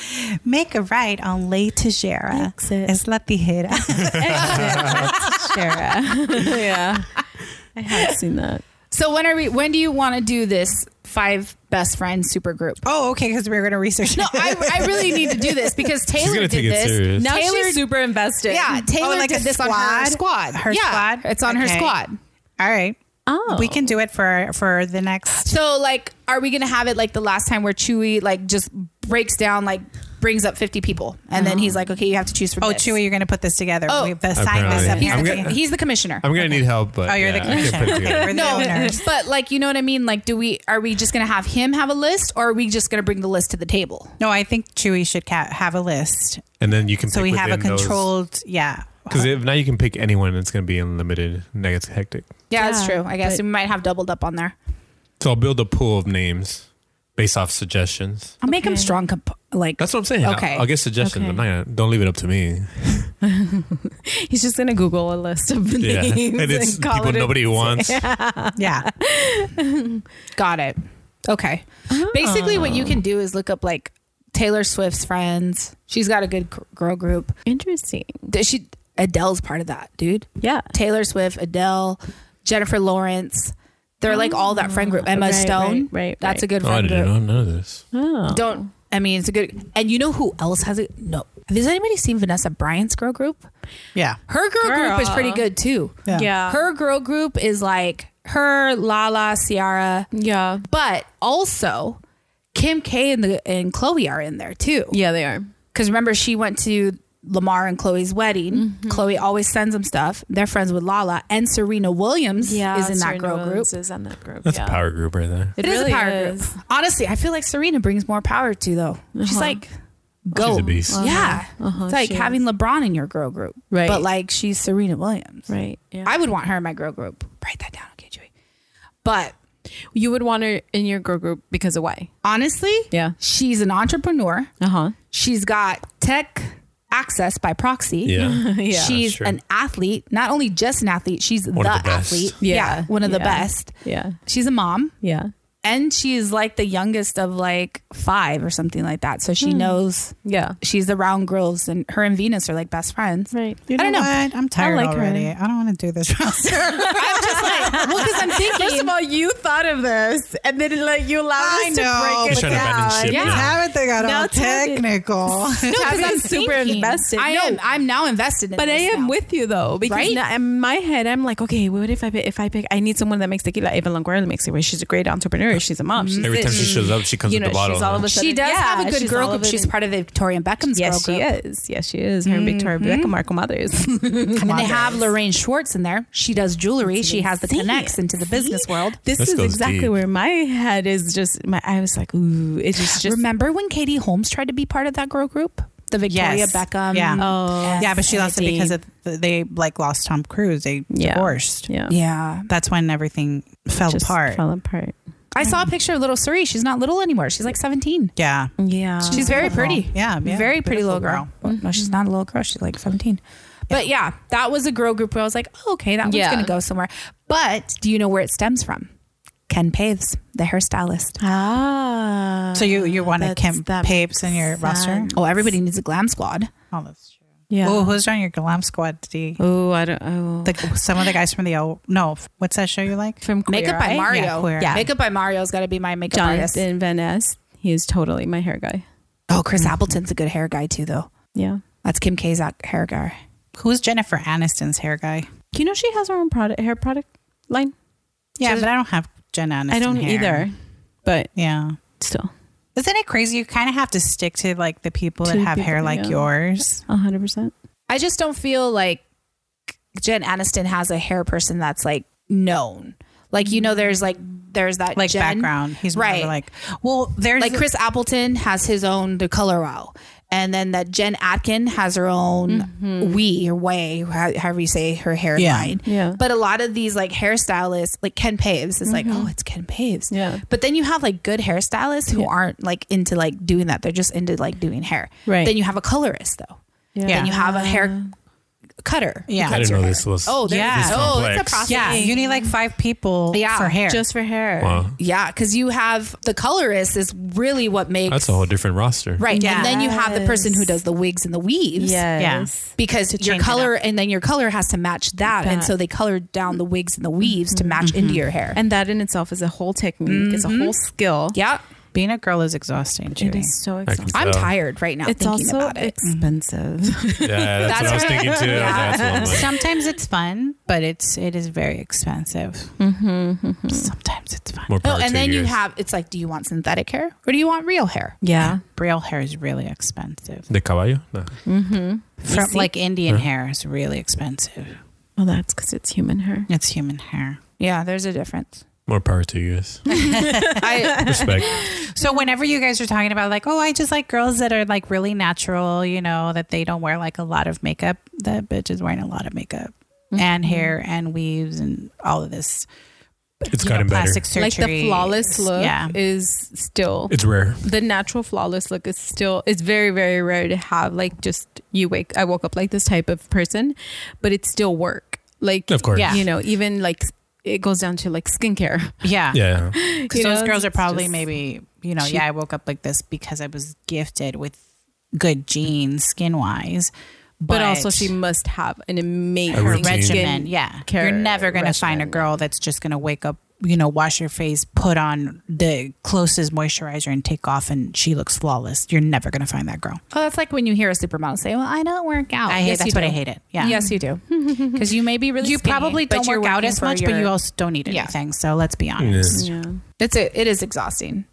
Speaker 4: Make a right on Late to Jera.
Speaker 2: Exit.
Speaker 4: Es la tijera.
Speaker 2: yeah. I have seen that.
Speaker 1: So when are we? When do you want to do this five best friends super group?
Speaker 4: Oh, okay, because we were going to research.
Speaker 1: No, I, I really need to do this because Taylor
Speaker 3: gonna
Speaker 1: did
Speaker 3: take it
Speaker 1: this.
Speaker 3: serious.
Speaker 2: Now
Speaker 1: Taylor,
Speaker 2: she's super invested.
Speaker 1: yeah, Taylor
Speaker 4: Oh, like
Speaker 1: did
Speaker 4: a
Speaker 1: this on her
Speaker 4: squad?
Speaker 1: squad.
Speaker 4: Her
Speaker 1: yeah,
Speaker 4: squad?
Speaker 1: It's on her
Speaker 4: Okay.
Speaker 1: squad.
Speaker 4: All right.
Speaker 2: Oh.
Speaker 4: We can do it for for the next.
Speaker 1: So like, are we gonna have it like the last time where Chewy like just breaks down like brings up fifty people and then he's like, okay, you have to choose from.
Speaker 4: Uh-huh. Oh,
Speaker 1: this.
Speaker 4: Chewy, you're going to put this together.
Speaker 1: Oh.
Speaker 4: We've assigned this
Speaker 3: Apparently.
Speaker 4: up.
Speaker 1: he's,
Speaker 3: I'm
Speaker 1: the,
Speaker 3: gonna-
Speaker 1: he's the commissioner.
Speaker 3: I'm gonna need help, but
Speaker 4: Oh, you're
Speaker 3: yeah, I
Speaker 4: the
Speaker 3: can't put it
Speaker 4: commissioner.
Speaker 3: together.
Speaker 4: We're the
Speaker 1: no,
Speaker 4: owners.
Speaker 1: but like you know what I mean. Like, do we are we just gonna have him have a list, or are we just gonna bring the list to the table?
Speaker 4: No, I think Chewy should ca- have a list.
Speaker 3: and then you can.
Speaker 4: So
Speaker 3: pick
Speaker 4: we have a
Speaker 3: within those-
Speaker 4: controlled, yeah.
Speaker 3: Because if now you can pick anyone, it's going to be unlimited. and That gets hectic.
Speaker 1: Yeah, that's
Speaker 2: Yeah,
Speaker 1: true. I guess
Speaker 2: but-
Speaker 1: we might have doubled up on there.
Speaker 3: So I'll build a pool of names based off suggestions.
Speaker 1: I'll make him
Speaker 2: Okay.
Speaker 1: strong. Comp- like
Speaker 3: That's what I'm saying. I'll-
Speaker 1: Okay.
Speaker 3: I'll, get suggestions.
Speaker 2: Okay.
Speaker 3: I'm not gonna. Don't leave it up to me.
Speaker 2: He's just gonna Google a list of
Speaker 3: Yeah,
Speaker 2: names
Speaker 3: and it's people
Speaker 2: a-
Speaker 3: nobody wants.
Speaker 4: Yeah.
Speaker 1: got it. Okay. Basically, what
Speaker 2: Oh.
Speaker 1: you can do is look up like Taylor Swift's friends. She's got a good gr- girl group.
Speaker 2: Interesting.
Speaker 1: Th- She Adele's part of that, dude.
Speaker 2: Yeah.
Speaker 1: Taylor Swift, Adele, Jennifer Lawrence. They're like all that friend group. Emma
Speaker 2: Oh. Right,
Speaker 1: Stone.
Speaker 2: right, right,
Speaker 1: That's a
Speaker 2: right.
Speaker 1: good
Speaker 3: Oh, I
Speaker 1: friend
Speaker 3: didn't know
Speaker 1: group.
Speaker 3: none of this.
Speaker 2: Oh.
Speaker 1: Don't. I mean, it's a good. And you know who else has it? No. Has anybody seen Vanessa Bryant's girl group?
Speaker 4: Yeah.
Speaker 1: Her girl, group is
Speaker 2: Girl.
Speaker 1: pretty good too.
Speaker 2: Yeah.
Speaker 1: Her girl group is like her, Lala, Ciara,
Speaker 2: Yeah.
Speaker 1: but also Kim K and the and Chloe are in there too.
Speaker 2: Yeah, they are.
Speaker 1: Because remember, she went to Lamar and Chloe's wedding.
Speaker 2: Mm-hmm.
Speaker 1: Chloe always sends them stuff. They're friends with Lala and Serena Williams is in that girl group.
Speaker 2: Is in that group.
Speaker 3: That's
Speaker 2: yeah.
Speaker 3: a power group right there.
Speaker 2: It,
Speaker 1: It is
Speaker 2: really
Speaker 1: a power
Speaker 2: is.
Speaker 1: group. Honestly, I feel like Serena brings more power to though. She's
Speaker 2: Uh-huh.
Speaker 1: like, go.
Speaker 3: She's a beast.
Speaker 1: Yeah.
Speaker 2: Uh-huh,
Speaker 1: it's like
Speaker 2: she
Speaker 1: having LeBron in your girl group.
Speaker 2: Right.
Speaker 1: But like she's Serena Williams.
Speaker 2: Right. Yeah.
Speaker 1: I would want her in my girl group. Write that down, okay, Joey. But
Speaker 2: you would want her in your girl group because of why?
Speaker 1: honestly,
Speaker 2: Yeah.
Speaker 1: she's an entrepreneur.
Speaker 2: Uh huh.
Speaker 1: She's got tech access by proxy.
Speaker 3: Yeah.
Speaker 2: yeah.
Speaker 1: she's
Speaker 3: true.
Speaker 1: an athlete, not only just an athlete, she's
Speaker 3: of
Speaker 1: the,
Speaker 3: the best.
Speaker 1: athlete.
Speaker 2: Yeah.
Speaker 1: One of the
Speaker 2: Yeah.
Speaker 1: best.
Speaker 2: yeah.
Speaker 1: She's a mom
Speaker 2: Yeah.
Speaker 1: and she's like the youngest of like five or something like that. So
Speaker 2: Hmm.
Speaker 1: she knows
Speaker 2: Yeah.
Speaker 1: she's the round girls and her and Venus are like best friends.
Speaker 2: Right.
Speaker 4: You
Speaker 1: I don't know.
Speaker 4: What? I'm tired
Speaker 2: like her.
Speaker 4: already. I don't want to do this.
Speaker 1: I'm just like, well, because I'm thinking.
Speaker 2: First of all, you thought of this, and then like you allowed
Speaker 4: I
Speaker 2: us
Speaker 4: know,
Speaker 2: to break
Speaker 4: but
Speaker 2: it
Speaker 3: Shut up,
Speaker 2: down.
Speaker 3: Evan, shit.
Speaker 1: Yeah.
Speaker 3: down.
Speaker 4: Tabitha got
Speaker 2: Now
Speaker 4: all
Speaker 2: Tabitha-
Speaker 4: technical.
Speaker 2: because I'm
Speaker 1: I'm
Speaker 2: super
Speaker 1: thinking.
Speaker 2: invested.
Speaker 1: I
Speaker 2: No.
Speaker 1: am. I'm now invested in.
Speaker 2: But I
Speaker 1: this
Speaker 2: am
Speaker 1: now.
Speaker 2: with you though, because
Speaker 1: Right?
Speaker 2: now in my head I'm like, okay, what if I pick, if I pick? I need someone that makes tequila. Eva Longoria makes tequila. She's a great entrepreneur. She's a mom. She's
Speaker 3: Every
Speaker 2: this.
Speaker 3: time she
Speaker 2: She's-
Speaker 3: shows up, she comes
Speaker 2: you
Speaker 3: with
Speaker 2: know,
Speaker 3: the bottle.
Speaker 2: she's all
Speaker 3: huh?
Speaker 2: of a sudden.
Speaker 1: She does have a good
Speaker 2: she's
Speaker 1: girl
Speaker 2: all of
Speaker 1: group.
Speaker 2: it
Speaker 1: She's
Speaker 2: in-
Speaker 1: part of the Victoria Beckham's
Speaker 2: Yes,
Speaker 1: girl
Speaker 2: she
Speaker 1: group.
Speaker 2: is. Yes, she is. Her and Victoria Beckham are comadres.
Speaker 1: And they have Lorraine Schwartz in there. She does jewelry. she has the
Speaker 2: insane.
Speaker 1: connects into the business world.
Speaker 2: This,
Speaker 3: This
Speaker 2: is
Speaker 3: goes
Speaker 2: exactly
Speaker 3: deep.
Speaker 2: where my head is just. My I was like, ooh, it's just just.
Speaker 1: Remember when Katie Holmes tried to be part of that girl group? The Victoria
Speaker 4: Yes.
Speaker 1: Beckham.
Speaker 4: Yeah.
Speaker 2: Oh.
Speaker 1: Yes,
Speaker 4: yeah, but she lost it
Speaker 1: Katie.
Speaker 4: because of the, they like lost Tom Cruise. They
Speaker 2: Yeah.
Speaker 4: divorced.
Speaker 2: yeah,
Speaker 1: Yeah.
Speaker 4: That's when everything fell
Speaker 2: just
Speaker 4: apart.
Speaker 2: Fell apart.
Speaker 1: I saw a picture of little Suri. She's not little anymore. She's like 17.
Speaker 4: yeah.
Speaker 2: Yeah,
Speaker 1: She's very pretty.
Speaker 4: Yeah, yeah.
Speaker 1: Very pretty
Speaker 4: Beautiful
Speaker 1: little girl. Well, No, she's not a little girl. She's like 17. But yeah, that was a girl group where I was like, oh, okay, that one's
Speaker 2: Yeah.
Speaker 1: going to go somewhere. But do you know where it stems from? Ken Paves, the hairstylist.
Speaker 2: ah.
Speaker 4: So you you want to
Speaker 2: That's-
Speaker 4: Kim
Speaker 2: that
Speaker 4: Papes in your
Speaker 2: makes
Speaker 4: roster?
Speaker 2: sense.
Speaker 1: Oh, everybody needs a glam squad.
Speaker 4: Oh, that's true.
Speaker 2: yeah.
Speaker 4: Oh, who's on your glam squad? D?
Speaker 2: Oh, I don't. Oh.
Speaker 4: The, some of the guys from the old no. What's that show you like?
Speaker 2: from Queer
Speaker 1: Makeup by
Speaker 2: Eye?
Speaker 1: Mario.
Speaker 4: Yeah, queer.
Speaker 2: Yeah.
Speaker 1: Makeup by Mario's got to be my makeup artist.
Speaker 2: Jonathan Van Ness. He is totally my hair guy.
Speaker 1: Oh, Chris Appleton's a good hair guy too, though.
Speaker 2: Yeah.
Speaker 1: That's Kim K's ac- hair guy.
Speaker 4: Who's Jennifer Aniston's hair guy?
Speaker 2: Do you know she has her own product hair product line?
Speaker 4: Yeah,
Speaker 2: Jen-
Speaker 4: but I don't have Jen Aniston.
Speaker 2: I don't
Speaker 4: hair.
Speaker 2: either. But
Speaker 4: Yeah.
Speaker 2: still.
Speaker 4: Isn't it crazy? You kind of have to stick to like the people
Speaker 2: To
Speaker 4: that have
Speaker 2: people,
Speaker 4: hair like
Speaker 2: yeah.
Speaker 4: yours.
Speaker 2: hundred percent.
Speaker 1: I just don't feel like Jen Aniston has a hair person that's like known. Like you know, there's like there's that
Speaker 4: Like
Speaker 1: Jen-
Speaker 4: background. He's more
Speaker 1: Right.
Speaker 4: like, well, there's
Speaker 1: Like Chris Appleton has his own The Color Wow, and then that Jen Atkin has her own we or way, how- however you say her hairline.
Speaker 4: Yeah.
Speaker 2: Yeah.
Speaker 1: But a lot of these like hairstylists, like Ken Paves, is like, oh, it's Ken Paves.
Speaker 2: Yeah.
Speaker 1: But then you have like good hairstylists who aren't like into like doing that; they're just into like doing hair.
Speaker 2: Right.
Speaker 1: Then you have a colorist though.
Speaker 2: Yeah.
Speaker 1: Then you have a hair cutter. who
Speaker 4: Yeah.
Speaker 1: cuts
Speaker 3: I didn't
Speaker 1: your
Speaker 3: know
Speaker 1: hair.
Speaker 3: this was.
Speaker 1: Oh, there's-
Speaker 4: Yeah.
Speaker 3: this
Speaker 1: oh, it's a
Speaker 3: complex.
Speaker 1: process.
Speaker 4: yeah, you need like five people
Speaker 1: Yeah.
Speaker 4: for hair.
Speaker 2: just for hair.
Speaker 3: Wow.
Speaker 1: Yeah, because you have the colorist is really what makes
Speaker 3: That's a whole different roster.
Speaker 1: right,
Speaker 4: Yeah.
Speaker 1: and then you have the person who
Speaker 2: Yes.
Speaker 1: does the wigs and the weaves.
Speaker 2: Yes.
Speaker 1: Because your
Speaker 4: change it
Speaker 1: color, and then your color has to match that, and
Speaker 2: That.
Speaker 1: so they colored down the wigs and the weaves
Speaker 4: Mm-hmm.
Speaker 1: to match into your hair.
Speaker 2: And that in itself is a whole technique. It's a whole skill.
Speaker 1: yeah,
Speaker 4: Being a girl is exhausting. Judy.
Speaker 2: It is so
Speaker 3: I can
Speaker 2: exhausting.
Speaker 3: tell.
Speaker 1: I'm tired right now
Speaker 2: It's
Speaker 1: thinking
Speaker 2: also
Speaker 1: about it.
Speaker 2: expensive.
Speaker 3: Yeah, that's, what I was
Speaker 1: That's
Speaker 3: thinking too.
Speaker 1: Yeah.
Speaker 3: That's what I'm like.
Speaker 4: Sometimes it's fun, but it's it is very expensive.
Speaker 2: Mm-hmm,
Speaker 4: Sometimes it's fun.
Speaker 3: More
Speaker 1: Oh,
Speaker 3: power to
Speaker 1: and then you
Speaker 3: guys.
Speaker 1: have it's like, do you want synthetic hair or do you want real hair?
Speaker 2: yeah.
Speaker 4: Real hair is really expensive.
Speaker 3: the caballo. No.
Speaker 4: From,
Speaker 2: see?
Speaker 4: like Indian hair is really expensive.
Speaker 2: Well, that's because it's human hair.
Speaker 4: It's human hair.
Speaker 1: Yeah, there's a difference.
Speaker 3: More power to you guys.
Speaker 1: I,
Speaker 3: Respect.
Speaker 4: So whenever you guys are talking about like, oh, I just like girls that are like really natural, you know, that they don't wear like a lot of makeup. That bitch is wearing a lot of makeup
Speaker 2: Mm-hmm.
Speaker 4: and hair and weaves and all of this.
Speaker 3: It's
Speaker 4: you
Speaker 3: gotten
Speaker 4: know,
Speaker 3: better.
Speaker 4: plastic surgery.
Speaker 2: Like the flawless look
Speaker 4: Yeah.
Speaker 2: is still
Speaker 3: It's rare.
Speaker 2: the natural flawless look is still it's very very rare to have like just you wake I woke up like this type of person, but it's still work. Like
Speaker 3: Of course.
Speaker 4: Yeah.
Speaker 2: you know even like it goes down to like skincare.
Speaker 4: Yeah.
Speaker 3: Yeah.
Speaker 4: Because
Speaker 2: You
Speaker 4: those
Speaker 2: know,
Speaker 4: girls are
Speaker 2: it's
Speaker 4: probably
Speaker 2: just-
Speaker 4: maybe, you know,
Speaker 2: She-
Speaker 4: yeah, I woke up like this because I was gifted with good genes skin wise.
Speaker 2: But, also, she must have an amazing
Speaker 3: routine.
Speaker 4: regimen.
Speaker 2: regimen.
Speaker 4: Yeah.
Speaker 2: care
Speaker 4: You're never going to find a
Speaker 2: regimen.
Speaker 4: girl that's just going to wake up, you know, wash your face, put on the closest moisturizer and take off and she looks flawless. You're never going to find that girl.
Speaker 1: Oh, that's like when you hear a supermodel say, "Well, I don't work out."
Speaker 4: I hate
Speaker 1: Oh, Yes,
Speaker 4: that's
Speaker 1: you
Speaker 4: what I
Speaker 1: do.
Speaker 4: hate it. Yeah.
Speaker 1: Yes, you do. Because you may be really.
Speaker 4: You
Speaker 1: skinny,
Speaker 4: probably
Speaker 1: but
Speaker 4: don't
Speaker 1: you're
Speaker 4: work out
Speaker 1: working
Speaker 4: as
Speaker 1: for
Speaker 4: much, but
Speaker 1: your-
Speaker 4: you also don't eat
Speaker 1: Yeah.
Speaker 4: anything. So let's be honest.
Speaker 2: Yeah.
Speaker 1: It's a, it is exhausting.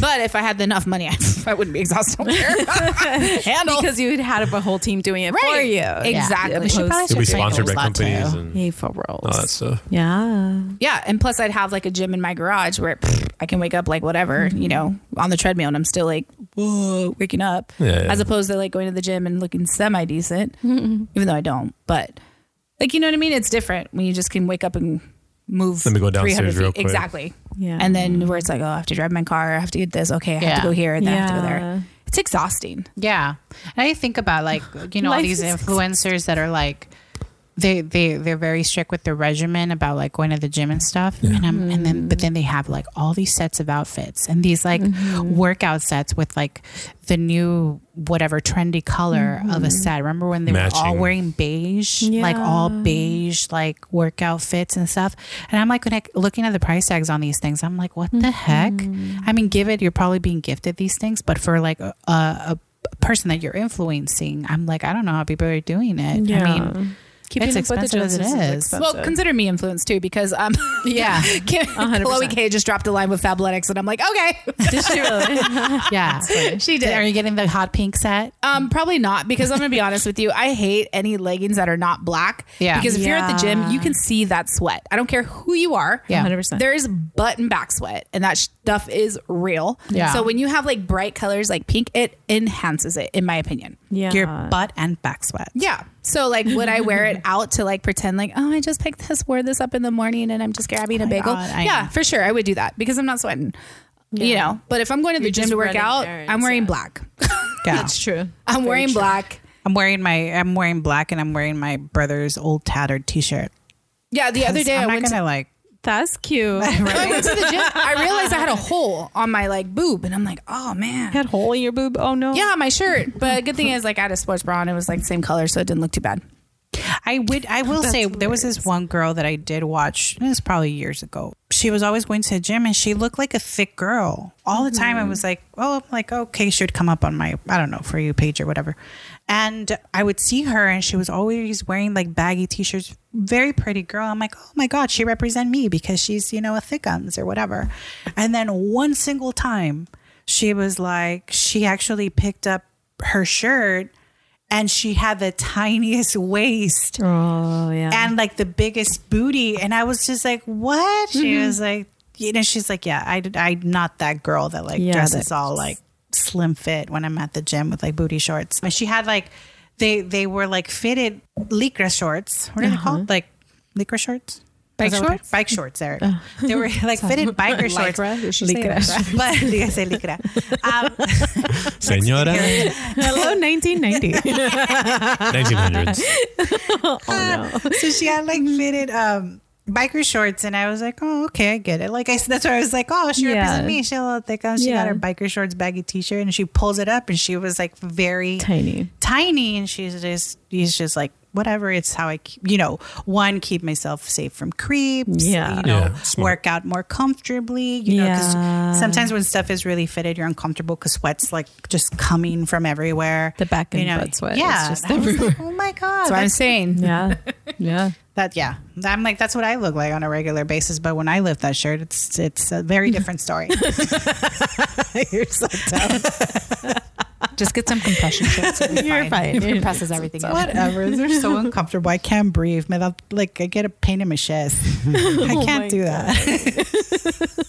Speaker 1: But if I had enough money, I, I wouldn't be exhausted. I don't care. Handle
Speaker 2: Because you had a whole team doing it for
Speaker 1: Right.
Speaker 2: you.
Speaker 1: Exactly.
Speaker 2: We should probably
Speaker 3: Could be
Speaker 4: Should drink
Speaker 3: sponsored by
Speaker 4: a lot,
Speaker 3: companies
Speaker 4: too.
Speaker 3: and
Speaker 2: Yay for rolls.
Speaker 3: all that stuff.
Speaker 2: yeah.
Speaker 1: Yeah, and plus I'd have like a gym in my garage where pff, I can wake up like whatever,
Speaker 2: Mm-hmm.
Speaker 1: you know, on the treadmill, and I'm still like whoa, waking up,
Speaker 3: Yeah, yeah.
Speaker 1: as opposed to like going to the gym and looking semi decent,
Speaker 2: Mm-hmm.
Speaker 1: even though I don't. But like you know what I mean? It's different when you just can wake up and move.
Speaker 3: Let me go downstairs
Speaker 1: 300 feet.
Speaker 3: real quick.
Speaker 1: Exactly.
Speaker 2: Yeah.
Speaker 1: And then where it's like, oh, I have to drive my car. I have to get this. Okay, I have
Speaker 4: Yeah.
Speaker 1: to go here. Then I have to go
Speaker 2: Yeah.
Speaker 1: there. It's exhausting.
Speaker 4: Yeah. And I think about like, you know, all
Speaker 2: Life
Speaker 4: these
Speaker 2: is-
Speaker 4: influencers that are like they they they're very strict with their regimen about like going to the gym and stuff. And I'm and then but then they have like all these sets of outfits and these like workout sets with like the new whatever trendy color of a set. Remember when they were all
Speaker 3: Matching.
Speaker 4: wearing beige, like all
Speaker 2: Yeah.
Speaker 4: beige like workout fits and stuff. And I'm like when I, looking at the price tags on these things, I'm like, what the
Speaker 1: Mm-hmm.
Speaker 4: heck? I mean, give it. You're probably being gifted these things, but for like a, a, a person that you're influencing, I'm like, I don't know how people are doing it. I mean,
Speaker 2: Keeping
Speaker 4: it's
Speaker 2: up with the
Speaker 4: expensive as it
Speaker 2: Joneses
Speaker 4: is.
Speaker 2: expensive.
Speaker 1: Well, consider me influenced too, because um,
Speaker 4: yeah,
Speaker 1: Kim,
Speaker 2: 100%.
Speaker 1: Chloe K just dropped a line with Fabletics, and I'm like, okay.
Speaker 2: Did she really?
Speaker 4: yeah,
Speaker 1: She did.
Speaker 4: Are you getting the hot pink set?
Speaker 1: Um, probably not because I'm gonna be honest with you. I hate any leggings that are not black.
Speaker 4: Yeah.
Speaker 1: Because if you're at the gym,
Speaker 2: Yeah.
Speaker 1: you can see that sweat. I don't care who you are.
Speaker 4: Yeah.
Speaker 2: 100%.
Speaker 1: There is butt and back sweat, and that stuff is real.
Speaker 4: Yeah.
Speaker 1: So when you have like bright colors like pink, it enhances it, in my opinion.
Speaker 2: yeah.
Speaker 4: Your butt and back sweat.
Speaker 1: Yeah. So like, would I wear it out to like pretend like, oh, I just picked this, wore this up in the morning, and I'm just grabbing a bagel?
Speaker 4: God, I
Speaker 1: yeah,
Speaker 4: know.
Speaker 1: for sure, I would do that because I'm not sweating. You know, but if I'm going to the
Speaker 2: You're
Speaker 1: gym
Speaker 2: just
Speaker 1: to work
Speaker 2: running
Speaker 1: out,
Speaker 2: errands,
Speaker 1: I'm wearing
Speaker 2: yeah.
Speaker 1: black.
Speaker 4: Yeah.
Speaker 2: true.
Speaker 1: I'm wearing black.
Speaker 4: I'm wearing my I'm wearing black and I'm wearing my brother's old tattered T-shirt.
Speaker 1: Yeah, the other day
Speaker 4: I'm
Speaker 1: I
Speaker 4: not
Speaker 1: went to
Speaker 4: gonna like.
Speaker 2: That's cute. you
Speaker 1: I went to the gym. I realized I had a hole on my like boob, and I'm like, oh man.
Speaker 2: had hole in your boob. Oh no.
Speaker 1: Yeah, my shirt. But good thing is, like, I had a sports bra and it was like the same color, so it didn't look too bad.
Speaker 4: I would. I will say there was this one girl that I did watch. It was probably years ago. She was always going to the gym, and she looked like a thick girl all the time. I was like, oh, I'm like okay, she would come up on my I don't know for you page or whatever, and I would see her, and she was always wearing like baggy t-shirts. Very pretty girl. I'm like, oh my god, she represent me because she's you know a thickums or whatever. And then one single time, she was like, she actually picked up her shirt. And she had the tiniest waist
Speaker 2: Oh yeah.
Speaker 4: and like the biggest booty. And I was just like, what? She
Speaker 1: Mm-hmm.
Speaker 4: was like, you know, she's like, yeah, I, I'm not that girl that like
Speaker 2: Yeah,
Speaker 4: dresses
Speaker 2: that-
Speaker 4: all like slim fit when I'm at the gym with like booty shorts. But she had like, they they were like fitted lycra shorts. What are they called? Like lycra shorts?
Speaker 1: Uh-huh. Bike
Speaker 4: Is that what-
Speaker 1: shorts? Uh,
Speaker 4: Bike shorts, Eric. They were like fitted biker shorts.
Speaker 1: Lycra? Did she say lycra?
Speaker 4: But- yeah, I say lycra. Um,
Speaker 3: Senora,
Speaker 2: Hello, 1990.
Speaker 3: 1900s.
Speaker 4: so she had like
Speaker 2: Mm-hmm.
Speaker 4: fitted um biker shorts and I was like, Oh, okay, I get it. Like I s- that's why I was like, Oh, she
Speaker 2: Yeah.
Speaker 4: represents me. She a little thick on. She got
Speaker 2: Yeah.
Speaker 4: her biker shorts, baggy t shirt, and she pulls it up and she was like very
Speaker 2: Tiny.
Speaker 4: tiny and she's just he's just like whatever it's how i keep, you know one keep myself safe from creeps
Speaker 2: Yeah.
Speaker 4: you know
Speaker 3: Yeah, smart.
Speaker 4: work out more comfortably you know 'cause
Speaker 2: Yeah.
Speaker 4: sometimes when stuff is really fitted you're uncomfortable because sweat's like just coming from everywhere
Speaker 2: The back and
Speaker 4: you know
Speaker 2: butt sweat is
Speaker 4: yeah
Speaker 2: just
Speaker 4: And I was like, oh my god
Speaker 1: That's what I'm
Speaker 4: that's-
Speaker 1: saying.
Speaker 2: Yeah. Yeah.
Speaker 4: that yeah i'm like that's what i look like on a regular basis but when i lift that shirt it's it's a very different story you're so dumb
Speaker 1: Just get some compression shorts.
Speaker 4: You're fine.
Speaker 1: It compresses everything. up.
Speaker 4: whatever they're so uncomfortable i can't breathe man I'll- like i get a pain in my chest i can't
Speaker 2: Oh my
Speaker 4: do that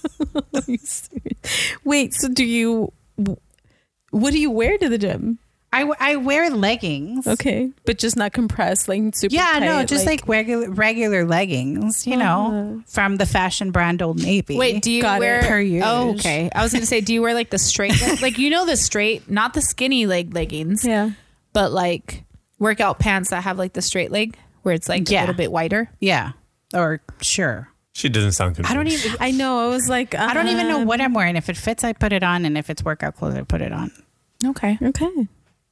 Speaker 2: Wait. So do you? What do you wear to the gym?
Speaker 4: I, w- I wear leggings
Speaker 2: Okay, but just not compressed, like super.
Speaker 4: yeah no
Speaker 2: tight,
Speaker 4: just like, regular regular leggings you know from the fashion brand old navy
Speaker 1: Wait, do you
Speaker 2: Uh-huh. Got it.
Speaker 1: wear
Speaker 4: Per use.
Speaker 1: Oh, okay. I was gonna say, do you wear like the straight, like you know the straight, not the skinny leg leggings,
Speaker 2: yeah.
Speaker 1: but like workout pants that have like the straight leg where it's like
Speaker 4: Yeah.
Speaker 1: a little bit wider.
Speaker 4: yeah or sure
Speaker 3: She doesn't sound convinced.
Speaker 2: I don't even. I know. I was like,
Speaker 4: I don't even know
Speaker 1: uh-huh.
Speaker 2: Um,
Speaker 4: what I'm wearing. If it fits, I put it on, and if it's workout clothes, I put it on.
Speaker 1: Okay.
Speaker 2: Okay.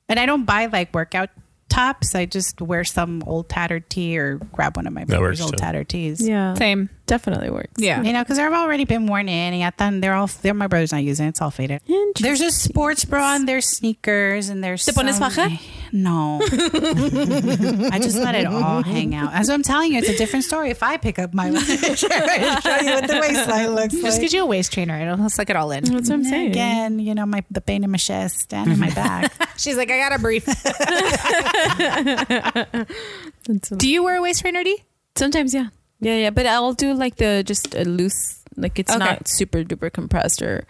Speaker 4: And I don't buy like workout tops. I just wear some old tattered tee or grab one of my
Speaker 3: That
Speaker 4: brother's
Speaker 3: works,
Speaker 4: old
Speaker 3: too.
Speaker 4: tattered tees.
Speaker 2: Yeah.
Speaker 1: Same.
Speaker 2: Definitely works.
Speaker 1: Yeah.
Speaker 4: You know, because they've already been worn in. And I thought they're all they're my brother's not using. it. It's all faded.
Speaker 2: Interesting.
Speaker 4: There's a sports bra and there's sneakers and there's.
Speaker 2: ¿Te pones
Speaker 4: some-
Speaker 2: faja?
Speaker 4: No, I just let it all hang out. As I'm telling you, it's a different story. If I pick up my and show you what the waistline looks
Speaker 1: Just
Speaker 4: like.
Speaker 1: get you a waist trainer. It'll suck it all in.
Speaker 2: That's what I'm saying.
Speaker 4: Again, you know my the pain in my chest and in my back.
Speaker 1: She's like, I got a brief. Do you wear a waist trainer, D?
Speaker 2: Sometimes, yeah. Yeah, yeah. But I'll do like the just a loose, like it's
Speaker 1: Okay.
Speaker 2: not super duper compressed or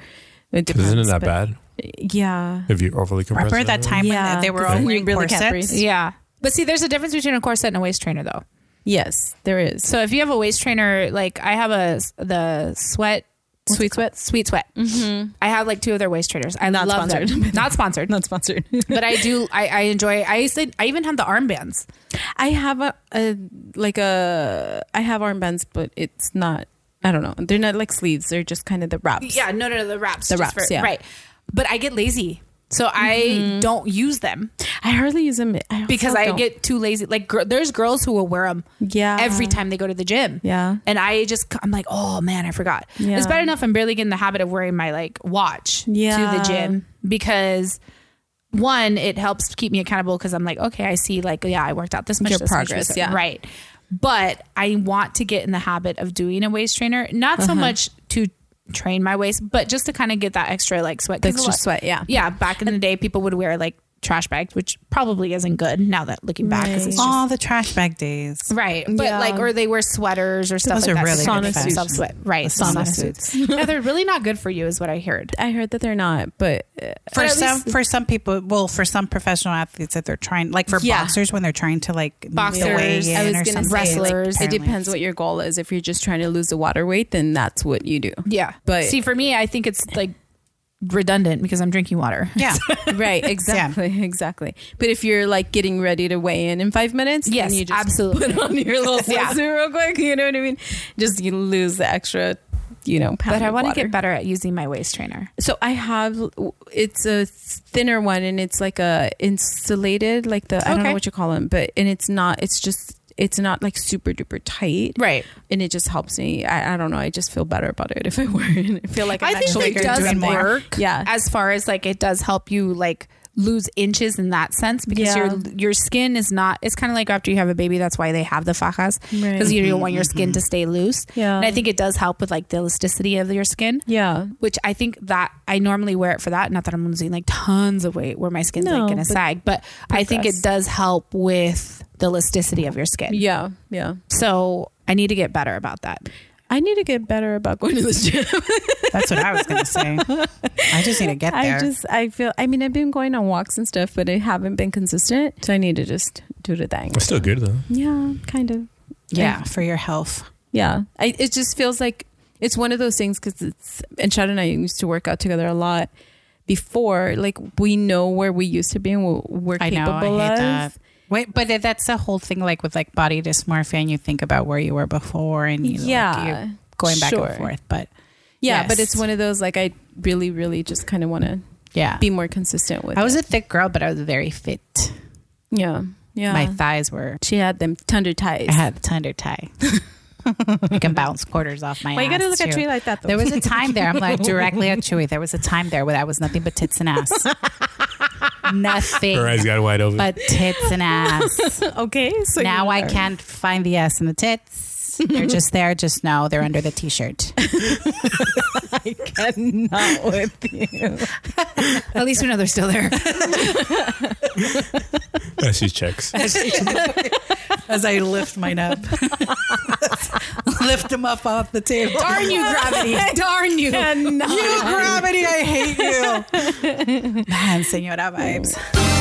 Speaker 2: it depends.
Speaker 3: Isn't it that
Speaker 2: but-
Speaker 3: bad
Speaker 2: Yeah.
Speaker 3: if you overly compress?
Speaker 4: Remember
Speaker 3: it?
Speaker 4: that time
Speaker 2: Yeah,
Speaker 4: when they were all
Speaker 2: because
Speaker 4: wearing
Speaker 2: you really can't
Speaker 4: corsets?
Speaker 2: breathe.
Speaker 1: Yeah. But see, there's a difference between a corset and a waist trainer, though.
Speaker 2: Yes, there is.
Speaker 1: So if you have a waist trainer, like I have a the sweat. Sweet sweat, sweet sweat. I have like two of their waist trainers. I
Speaker 2: Not
Speaker 1: love them.
Speaker 2: sponsored.
Speaker 1: Mm-hmm. Not sponsored,
Speaker 2: Not sponsored.
Speaker 1: but I do. I, I enjoy. I used to, I even have the armbands.
Speaker 2: I have a, a like a I have armbands, but it's not. I don't know. They're not like sleeves. They're just kind of the wraps.
Speaker 1: Yeah, no, no, no the wraps, Mm-hmm.
Speaker 2: The
Speaker 1: just
Speaker 2: wraps, yeah.
Speaker 1: right. But I get lazy, so I don't use them
Speaker 2: I hardly use them I also
Speaker 1: because I
Speaker 2: don't-
Speaker 1: get too lazy. Like gir- there's girls who will wear them
Speaker 2: yeah
Speaker 1: every time they go to the gym.
Speaker 2: Yeah.
Speaker 1: and I just I'm like, oh man, I forgot.
Speaker 2: Yeah.
Speaker 1: It's bad enough I'm barely getting the habit of wearing my like watch to
Speaker 2: Yeah.
Speaker 1: the gym because one, it helps keep me accountable because I'm like, okay, I see, like, yeah, I worked out this much.
Speaker 2: Your
Speaker 1: this much, this
Speaker 2: progress,
Speaker 1: much.
Speaker 2: yeah.
Speaker 1: right. But I want to get in the habit of doing a waist trainer, not
Speaker 2: Uh-huh.
Speaker 1: so much to train my waist, but just to kind of get that extra like sweat. 'Cause a
Speaker 2: The extra
Speaker 1: lot-
Speaker 2: sweat, yeah.
Speaker 1: yeah. Back in the day, people would wear like trash bags, which probably isn't good now that looking back. 'cause it's just-
Speaker 4: All the trash bag days.
Speaker 1: Right. But
Speaker 2: Yeah.
Speaker 1: like, or they wear sweaters or stuff
Speaker 4: Those
Speaker 1: like
Speaker 4: are
Speaker 1: that.
Speaker 4: really
Speaker 1: to kind of
Speaker 4: good
Speaker 1: keep
Speaker 4: fashion.
Speaker 1: themselves sweat. Right.
Speaker 4: The sauna
Speaker 1: yeah, they're really not good for you, is what I heard.
Speaker 2: I heard that they're not, but uh,
Speaker 4: for
Speaker 1: at
Speaker 4: some for some people well for some professional athletes that they're trying like for
Speaker 2: Yeah.
Speaker 4: boxers when they're trying to like make the
Speaker 1: Boxers,
Speaker 4: weigh
Speaker 2: I
Speaker 4: in
Speaker 2: was gonna
Speaker 4: or something,
Speaker 2: say,
Speaker 4: it's, like,
Speaker 1: wrestlers,
Speaker 2: it
Speaker 4: apparently-
Speaker 2: depends what your goal is. If you're just trying to lose the water weight, then that's what you do.
Speaker 1: Yeah.
Speaker 2: But-
Speaker 1: see, for me, I think it's like redundant because I'm drinking water.
Speaker 4: yeah
Speaker 2: Right, exactly, exactly. But if you're like getting ready to weigh in in five minutes,
Speaker 1: Yes,
Speaker 2: then you just
Speaker 1: absolutely.
Speaker 2: put on your little
Speaker 1: Yeah.
Speaker 2: swimsuit real quick. You know what I mean? Just you lose the extra, you know. Pound
Speaker 1: But I
Speaker 2: want to
Speaker 1: get better at using my waist trainer.
Speaker 2: So I have it's a thinner one and it's like a insulated, like the I don't know
Speaker 1: Okay.
Speaker 2: what you call them, but and it's not. It's just it's not like super duper tight.
Speaker 1: Right.
Speaker 2: And it just helps me. I, I don't know. I just feel better about it if I wear it. I feel like I'm
Speaker 1: I
Speaker 2: actually
Speaker 1: think it
Speaker 4: you're
Speaker 1: does
Speaker 4: doing more.
Speaker 1: work.
Speaker 2: Yeah.
Speaker 1: As far as like, it does help you like lose inches in that sense because
Speaker 2: Yeah.
Speaker 1: your your skin is not it's kind of like after you have a baby that's why they have the fajas because
Speaker 2: Right.
Speaker 1: you don't want your skin
Speaker 4: Mm-hmm.
Speaker 1: to stay loose
Speaker 2: Yeah.
Speaker 1: and i think it does help with like the elasticity of your skin
Speaker 2: Yeah.
Speaker 1: which I think that I normally wear it for that. Not that I'm losing like tons of weight where my skin's
Speaker 2: No,
Speaker 1: like gonna
Speaker 2: but
Speaker 1: sag, but I think it
Speaker 2: progress.
Speaker 1: does help with the elasticity of your skin.
Speaker 2: Yeah. Yeah.
Speaker 1: So I need to get better about that.
Speaker 2: I need to get better about going to the gym.
Speaker 4: that's what i was gonna say i just need to get there
Speaker 2: I just I feel I mean I've been going on walks and stuff, but I haven't been consistent. So I need to just do the thing.
Speaker 3: It's still good though.
Speaker 2: Yeah, kind of.
Speaker 4: yeah for your health
Speaker 2: Yeah. I, it just feels like it's one of those things because it's, and Chad and I used to work out together a lot before. Like we know where we used to be and what we're
Speaker 4: i know
Speaker 2: capable
Speaker 4: i hate
Speaker 2: of.
Speaker 4: that wait but that's the whole thing like with like body dysmorphia and you think about where you were before and you
Speaker 2: Yeah,
Speaker 4: like, you're going back
Speaker 2: sure.
Speaker 4: and forth but
Speaker 2: Yeah. But
Speaker 4: Yes.
Speaker 2: it's one of those like I really, really just kind of want to
Speaker 4: yeah
Speaker 2: be more consistent with.
Speaker 4: i was
Speaker 2: it.
Speaker 4: a thick girl but i was very fit
Speaker 2: yeah. Yeah.
Speaker 4: my thighs were
Speaker 2: she had them thunder ties.
Speaker 4: i had tender tie I can bounce quarters off my
Speaker 2: Why you gotta
Speaker 4: ass,
Speaker 2: look at
Speaker 4: too.
Speaker 2: you like that? Though?
Speaker 4: There was a time there. I'm like directly at Chewy. There was a time there where I was nothing but tits and ass. nothing
Speaker 3: Her eyes got wide open.
Speaker 4: but tits and ass.
Speaker 2: okay. So
Speaker 4: now
Speaker 2: you
Speaker 4: I
Speaker 2: are-
Speaker 4: can't find the ass and the tits. They're just there. Just know they're under the t-shirt.
Speaker 2: I cannot with you.
Speaker 1: At least we know they're still there.
Speaker 3: As she checks.
Speaker 4: As I lift mine up, lift them up off the table.
Speaker 1: Darn you, gravity. Darn you.
Speaker 2: Cannot.
Speaker 4: gravity, I hate you. Man, senora vibes.